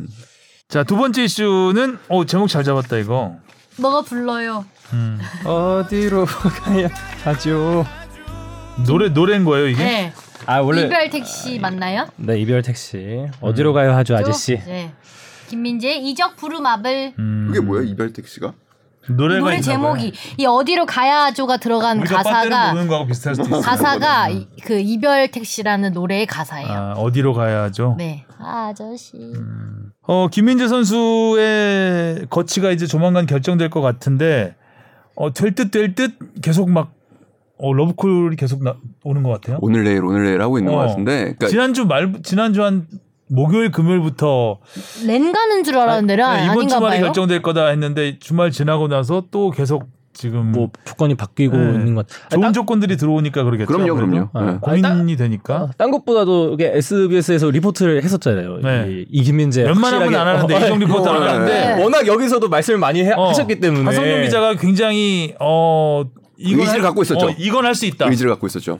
[SPEAKER 2] 자 두 번째 이슈는 어 제목 잘 잡았다 이거.
[SPEAKER 5] 너가 불러요.
[SPEAKER 2] 음.
[SPEAKER 3] 어디로 가야 하죠?
[SPEAKER 2] 노래 노래인 거예요 이게.
[SPEAKER 5] 네.
[SPEAKER 3] 아 원래
[SPEAKER 5] 이별 택시
[SPEAKER 2] 아,
[SPEAKER 5] 맞나요?
[SPEAKER 3] 네 이별 택시 어디로 가야 하죠 아저씨?
[SPEAKER 5] 쭉, 네. 김민재의 이적 부르마블
[SPEAKER 2] 음.
[SPEAKER 4] 그게 뭐예요? 이별택 씨가?
[SPEAKER 2] 노래가
[SPEAKER 5] 노래
[SPEAKER 2] 있나
[SPEAKER 5] 제목이
[SPEAKER 2] 봐요.
[SPEAKER 5] 이 어디로 가야죠가 들어간
[SPEAKER 2] 우리가 빠떼를
[SPEAKER 5] 가사가
[SPEAKER 2] 모르는 거하고 비슷할 수도 있어요.
[SPEAKER 5] 가사가 이- 그 이별 택시라는 노래의 가사예요.
[SPEAKER 2] 아, 어디로 가야죠?
[SPEAKER 5] 네. 아저씨.
[SPEAKER 2] 어, 김민재 선수의 거치가 이제 조만간 결정될 것 같은데 어, 될듯 될 듯 계속 막 어, 러브콜이 계속 나, 오는 것 같아요.
[SPEAKER 4] 오늘 내일 오늘 내일 하고 있는
[SPEAKER 2] 어.
[SPEAKER 4] 것 같은데. 그러니까
[SPEAKER 2] 지난주 말 지난주 한 목요일 금요일부터
[SPEAKER 5] 렌 가는 줄 알았는데 아,
[SPEAKER 2] 네, 이번
[SPEAKER 5] 아닌가
[SPEAKER 2] 주말에
[SPEAKER 5] 봐요.
[SPEAKER 2] 결정될 거다 했는데 주말 지나고 나서 또 계속 지금
[SPEAKER 3] 뭐 조건이 바뀌고
[SPEAKER 2] 네.
[SPEAKER 3] 있는 것. 같- 아,
[SPEAKER 2] 좋은
[SPEAKER 3] 딱-
[SPEAKER 2] 조건들이 들어오니까 그러겠죠.
[SPEAKER 4] 그럼요, 그럼요.
[SPEAKER 3] 아,
[SPEAKER 4] 예.
[SPEAKER 2] 고민이 되니까
[SPEAKER 3] 딴 것보다도 이게 SBS에서 리포트를 했었잖아요.
[SPEAKER 2] 네.
[SPEAKER 3] 이, 이 김민재
[SPEAKER 2] 웬만하면
[SPEAKER 3] 확실하게-
[SPEAKER 2] 안 하는데
[SPEAKER 3] 어,
[SPEAKER 2] 이정 리포트 안
[SPEAKER 4] 어,
[SPEAKER 2] 하는데
[SPEAKER 3] 네. 워낙 여기서도 말씀을 많이 해-
[SPEAKER 2] 어,
[SPEAKER 3] 하셨기 때문에
[SPEAKER 2] 하성룡 기자가 굉장히 어 이건
[SPEAKER 4] 의지를
[SPEAKER 2] 할-
[SPEAKER 4] 갖고 있었죠.
[SPEAKER 2] 어, 이건 할 수 있다.
[SPEAKER 4] 의지를 갖고 있었죠.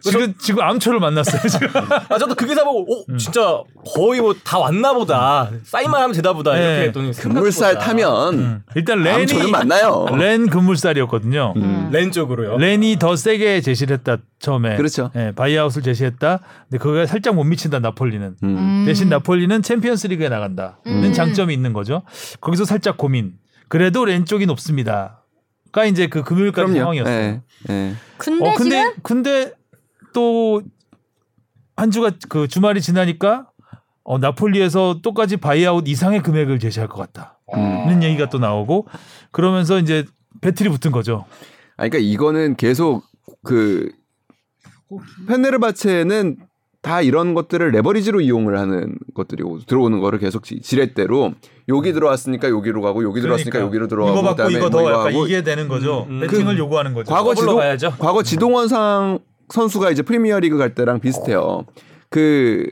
[SPEAKER 2] 지금 지금 암초를 만났어요. 지금.
[SPEAKER 3] 아 저도 그 기사 보고 오 진짜 거의 뭐 다 왔나 보다 사인만 하면 되다 보다
[SPEAKER 2] 네.
[SPEAKER 3] 이렇게 했더니 음. 생각보다
[SPEAKER 4] 물살 타면
[SPEAKER 2] 일단
[SPEAKER 4] 암
[SPEAKER 2] 렌이
[SPEAKER 4] 저는 만나요. 음.
[SPEAKER 2] 렌 금물살이었거든요.
[SPEAKER 5] 음.
[SPEAKER 3] 렌 쪽으로요.
[SPEAKER 2] 렌이 더 세게 제시를 했다 처음에.
[SPEAKER 4] 그렇죠.
[SPEAKER 2] 예, 바이아웃을 제시했다. 근데 그거에 살짝 못 미친다 나폴리는.
[SPEAKER 4] 음.
[SPEAKER 2] 대신 나폴리는 챔피언스리그에 나간다는
[SPEAKER 5] 음.
[SPEAKER 2] 장점이 있는 거죠. 거기서 살짝 고민. 그래도 렌 쪽이 높습니다. 가 이제 그 금요일까지
[SPEAKER 4] 그럼요.
[SPEAKER 2] 상황이었어요.
[SPEAKER 4] 예. 예.
[SPEAKER 5] 근데,
[SPEAKER 2] 어, 근데
[SPEAKER 5] 지금
[SPEAKER 2] 근데 또 한 주가 그 주말이 지나니까 어, 나폴리에서 또까지 바이아웃 이상의 금액을 제시할 것 같다.
[SPEAKER 4] 음.
[SPEAKER 2] 는 얘기가 또 나오고 그러면서 이제 배틀이 붙은 거죠.
[SPEAKER 4] 아, 그러니까 이거는 계속 그 페네르바체는 다 이런 것들을 레버리지로 이용을 하는 것들이 오- 들어오는 거를 계속 지- 지렛대로 여기 들어왔으니까 여기로 가고 여기 들어왔으니까 여기로 들어가고
[SPEAKER 2] 네. 이거 받고
[SPEAKER 4] 그다음에
[SPEAKER 2] 이거
[SPEAKER 4] 뭐
[SPEAKER 2] 더 약간
[SPEAKER 4] 하고
[SPEAKER 2] 이게 되는 거죠.
[SPEAKER 3] 음, 음.
[SPEAKER 2] 배팅을
[SPEAKER 4] 그
[SPEAKER 2] 요구하는 거죠.
[SPEAKER 4] 과거
[SPEAKER 3] 더블로
[SPEAKER 4] 지도
[SPEAKER 3] 가야죠. 네.
[SPEAKER 4] 과거 지동원상 선수가 이제 프리미어리그 갈 때랑 비슷해요. 그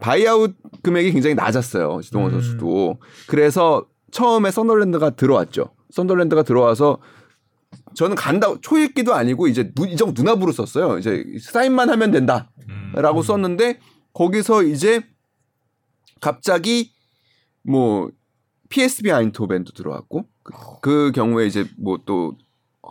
[SPEAKER 4] 바이아웃 금액이 굉장히 낮았어요. 지동원
[SPEAKER 2] 음.
[SPEAKER 4] 선수도. 그래서 처음에 썬더랜드가 들어왔죠. 썬더랜드가 들어와서 저는 간다 초읽기도 아니고 이제 누, 이정 누나부로 썼어요. 이제 사인만 하면
[SPEAKER 2] 음.
[SPEAKER 3] 음.
[SPEAKER 4] 된다라고 썼는데 거기서 이제 갑자기 뭐 PSB 아인토벤도 들어왔고 그, 그 경우에 이제 뭐 또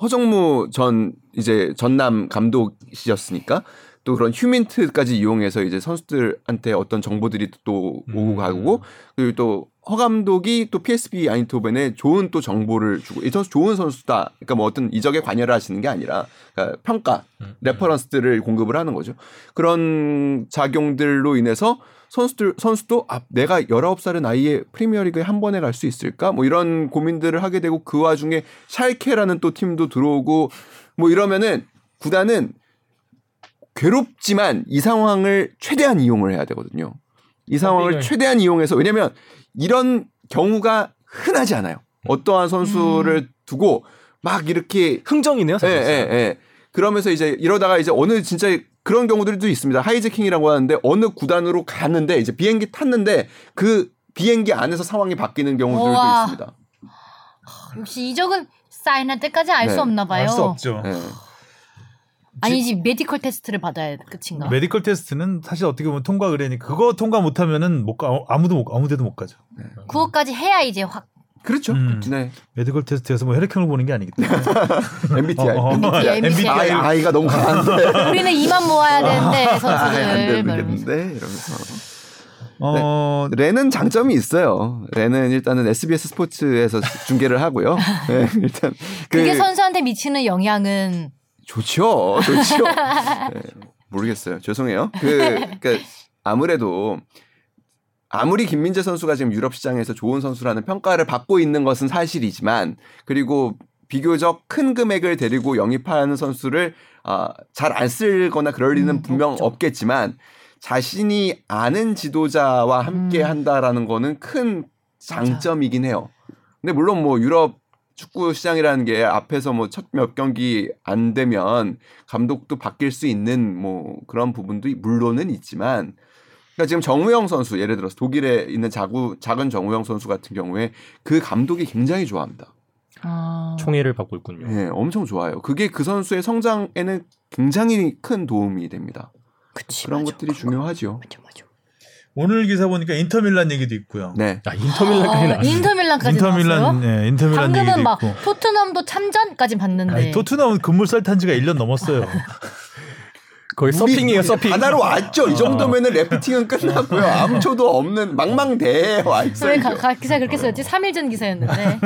[SPEAKER 4] 허정무 전 이제 전남 감독이셨으니까 또 그런 휴민트까지 이용해서 이제 선수들한테 어떤 정보들이 또 오고
[SPEAKER 3] 음.
[SPEAKER 4] 가고 그리고 또 허감독이 또 PSV 아인토벤에 좋은 또 정보를 주고 이 선수 좋은 선수다. 그러니까 뭐 어떤 이적에 관여를 하시는 게 아니라 그러니까 평가
[SPEAKER 3] 음.
[SPEAKER 4] 레퍼런스들을 공급을 하는 거죠. 그런 작용들로 인해서 선수들 선수도 아 내가 19살의 나이에 프리미어리그에 한 번에 갈 수 있을까? 뭐 이런 고민들을 하게 되고 그 와중에 샬케라는 또 팀도 들어오고 뭐 이러면은 구단은 괴롭지만 이 상황을 최대한 이용을 해야 되거든요. 이 상황을
[SPEAKER 3] 네.
[SPEAKER 4] 최대한 이용해서 왜냐면 이런 경우가 흔하지 않아요. 어떠한 선수를 두고 막 이렇게
[SPEAKER 3] 흥정이네요,
[SPEAKER 4] 예,
[SPEAKER 3] 사실.
[SPEAKER 4] 예, 예. 그러면서 이제 이러다가 이제 어느 진짜 그런 경우들도 있습니다. 하이제킹이라고 하는데 어느 구단으로 갔는데 이제 비행기 탔는데 그 비행기 안에서 상황이 바뀌는 경우들도
[SPEAKER 5] 우와.
[SPEAKER 4] 있습니다.
[SPEAKER 5] 역시 이적은 사인할 때까지 알 수
[SPEAKER 4] 네,
[SPEAKER 5] 없나 봐요.
[SPEAKER 2] 알 수 없죠.
[SPEAKER 4] 예.
[SPEAKER 5] 아니지 메디컬 테스트를 받아야 그 끝인가?
[SPEAKER 2] 메디컬 테스트는 사실 어떻게 보면 통과 의뢰니 그거 통과 못하면은 못 가, 아무도 못, 아무 데도 못 가죠.
[SPEAKER 5] 그거까지 해야 이제 확
[SPEAKER 4] 그렇죠.
[SPEAKER 2] 음.
[SPEAKER 4] 네.
[SPEAKER 2] 메디컬 테스트에서 뭐 혈액형을 보는 게 아니기 때문에.
[SPEAKER 4] MBTI.
[SPEAKER 2] 어, 어.
[SPEAKER 5] MBTI.
[SPEAKER 4] 아이,
[SPEAKER 2] MBTI.
[SPEAKER 4] 아이가 너무 강한데.
[SPEAKER 5] 우리는 이만 모아야 되는데
[SPEAKER 4] 아이, 안
[SPEAKER 5] 선수들 말하면서.
[SPEAKER 4] 되겠는데 이러면서.
[SPEAKER 2] 어,
[SPEAKER 4] 레는 장점이 있어요. 레는 일단은 SBS 스포츠에서 중계를 하고요. 예, 일단 그-
[SPEAKER 5] 그게 선수한테 미치는 영향은
[SPEAKER 4] 좋죠, 좋죠. 네, 모르겠어요. 죄송해요. 그, 그러니까 아무래도 아무리 김민재 선수가 지금 유럽 시장에서 좋은 선수라는 평가를 받고 있는 것은 사실이지만 그리고 비교적 큰 금액을 데리고 영입하는 선수를 아 잘 안 쓰거나 그럴 리는
[SPEAKER 5] 음,
[SPEAKER 4] 분명
[SPEAKER 5] 없죠.
[SPEAKER 4] 없겠지만 자신이 아는 지도자와 함께
[SPEAKER 5] 음.
[SPEAKER 4] 한다라는 거는 큰 장점이긴 해요. 근데 물론 뭐 유럽 축구 시장이라는 게 앞에서 뭐 첫 몇 경기 안 되면 감독도 바뀔 수 있는 뭐 그런 부분도 물론은 있지만 그러니까 지금 정우영 선수 예를 들어서 독일에 있는 자구, 작은 정우영 선수 같은 경우에 그 감독이 굉장히 좋아합니다.
[SPEAKER 5] 아...
[SPEAKER 3] 총애를 받고 있군요.
[SPEAKER 4] 예, 엄청 좋아요. 그게 그 선수의 성장에는 굉장히 큰 도움이 됩니다.
[SPEAKER 5] 그치,
[SPEAKER 4] 그런
[SPEAKER 5] 맞아.
[SPEAKER 4] 것들이 중요하죠.
[SPEAKER 5] 맞아 맞아.
[SPEAKER 2] 오늘 기사 보니까 인터밀란 얘기도 있고요.
[SPEAKER 4] 네.
[SPEAKER 3] 야, 인터밀란까지
[SPEAKER 5] 아,
[SPEAKER 3] 나왔어.
[SPEAKER 5] 인터밀란까지 나왔어요?
[SPEAKER 2] 인터밀란, 예, 인터밀란 얘기도
[SPEAKER 5] 방금은 막 네.
[SPEAKER 2] 있고.
[SPEAKER 5] 토트넘도 참전까지 봤는데
[SPEAKER 2] 아니, 토트넘은 금물살 탄 지가 1년 넘었어요.
[SPEAKER 3] 거의 서핑이에요,
[SPEAKER 4] 우리
[SPEAKER 3] 서핑.
[SPEAKER 4] 바다로 왔죠. 이 정도면은 래프팅은 끝났고요. 암초도 없는 망망대해 와
[SPEAKER 5] 왜 가,
[SPEAKER 4] 있어요.
[SPEAKER 5] 가, 기사 그렇게 썼지? 3일 전 기사였는데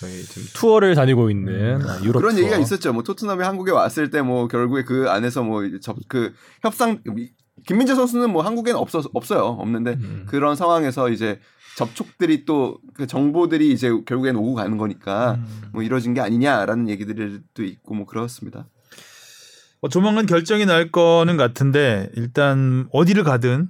[SPEAKER 3] 저희 지금 투어를 다니고 있는
[SPEAKER 2] 음.
[SPEAKER 3] 아, 유럽
[SPEAKER 4] 그런
[SPEAKER 3] 투어.
[SPEAKER 4] 얘기가 있었죠. 뭐 토트넘이 한국에 왔을 때 뭐 결국에 그 안에서 뭐 접 그 협상 김민재 선수는 뭐 한국에는 없어 없어요. 없는데
[SPEAKER 3] 음.
[SPEAKER 4] 그런 상황에서 이제 접촉들이 또 그 정보들이 이제 결국엔 오고 가는 거니까
[SPEAKER 2] 음.
[SPEAKER 4] 뭐 이뤄진 게 아니냐라는 얘기들도 있고 뭐 그렇습니다.
[SPEAKER 2] 어, 조만간 결정이 날 거는 같은데 일단 어디를 가든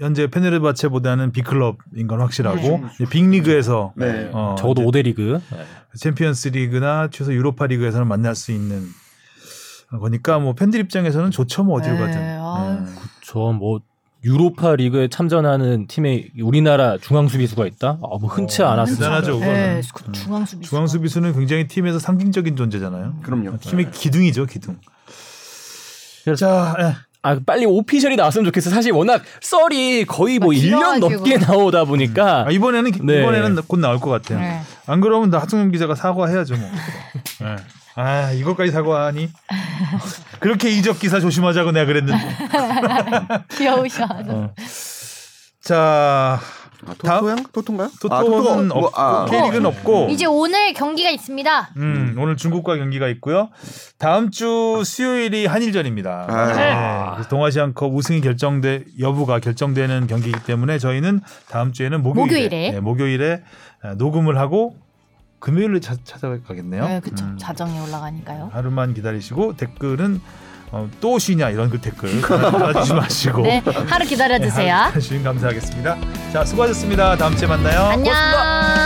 [SPEAKER 2] 현재 페네르바체보다는 빅클럽인 건
[SPEAKER 5] 네.
[SPEAKER 2] 확실하고 이제 빅리그에서
[SPEAKER 4] 네.
[SPEAKER 2] 어,
[SPEAKER 3] 적어도 5대 리그.
[SPEAKER 2] 네. 챔피언스 리그나 최소 유로파 리그에서는 만날 수 있는 거니까 뭐 팬들 입장에서는 좋죠 뭐 어디로
[SPEAKER 5] 네,
[SPEAKER 2] 가든
[SPEAKER 5] 아유.
[SPEAKER 2] 예.
[SPEAKER 3] 저 뭐 유로파 리그에 참전하는 팀에 우리나라 중앙 수비수가 있다? 아, 뭐 흔치
[SPEAKER 2] 어,
[SPEAKER 3] 않았어요.
[SPEAKER 2] 대단하죠, 그거는.
[SPEAKER 5] 네, 그 중앙 수비
[SPEAKER 2] 중앙 수비수는 굉장히 팀에서 상징적인 존재잖아요.
[SPEAKER 4] 그럼요.
[SPEAKER 3] 네.
[SPEAKER 2] 팀의 기둥이죠 기둥. 자, 예.
[SPEAKER 3] 아, 빨리 오피셜이 나왔으면 좋겠어. 사실 워낙 썰이 거의 뭐
[SPEAKER 5] 막
[SPEAKER 3] 1년
[SPEAKER 5] 길어가지고.
[SPEAKER 3] 넘게 나오다 보니까
[SPEAKER 2] 아, 이번에는 기-
[SPEAKER 3] 네.
[SPEAKER 2] 이번에는 곧 나올 것 같아요.
[SPEAKER 5] 네.
[SPEAKER 2] 안 그러면 나 하성룡 기자가 사과해야죠 뭐. 예. 아 이것까지 사과하니? 그렇게 이적 기사 조심하자고 내가 그랬는데.
[SPEAKER 5] 귀여우셔
[SPEAKER 2] 어. 자,
[SPEAKER 4] 아,
[SPEAKER 2] 다음-
[SPEAKER 4] 토토양? 토토인가요? 아,
[SPEAKER 2] 토토는
[SPEAKER 4] 뭐,
[SPEAKER 2] 없고
[SPEAKER 4] 아,
[SPEAKER 2] K리그는 없고.
[SPEAKER 5] 이제 오늘 경기가 있습니다
[SPEAKER 2] 음, 오늘 중국과 경기가 있고요. 다음 주 수요일이 한일전입니다.
[SPEAKER 4] 아.
[SPEAKER 2] 네, 그래서 동아시안컵 우승이 결정돼 여부가 결정되는 경기이기 때문에 저희는 다음 주에는 목요일에,
[SPEAKER 5] 목요일에.
[SPEAKER 2] 네, 목요일에 아, 녹음을 하고 금요일로 찾- 찾아가겠네요.
[SPEAKER 5] 네 그쵸
[SPEAKER 2] 음,
[SPEAKER 5] 자정에 올라가니까요
[SPEAKER 2] 하루만 기다리시고 댓글은 어, 또 쉬냐 이런 그 댓글 달아주지 마시고
[SPEAKER 5] 네 하루 기다려주세요
[SPEAKER 2] 네, 하루 주신 감사하겠습니다. 자 수고하셨습니다. 다음 주에 만나요.
[SPEAKER 5] 안녕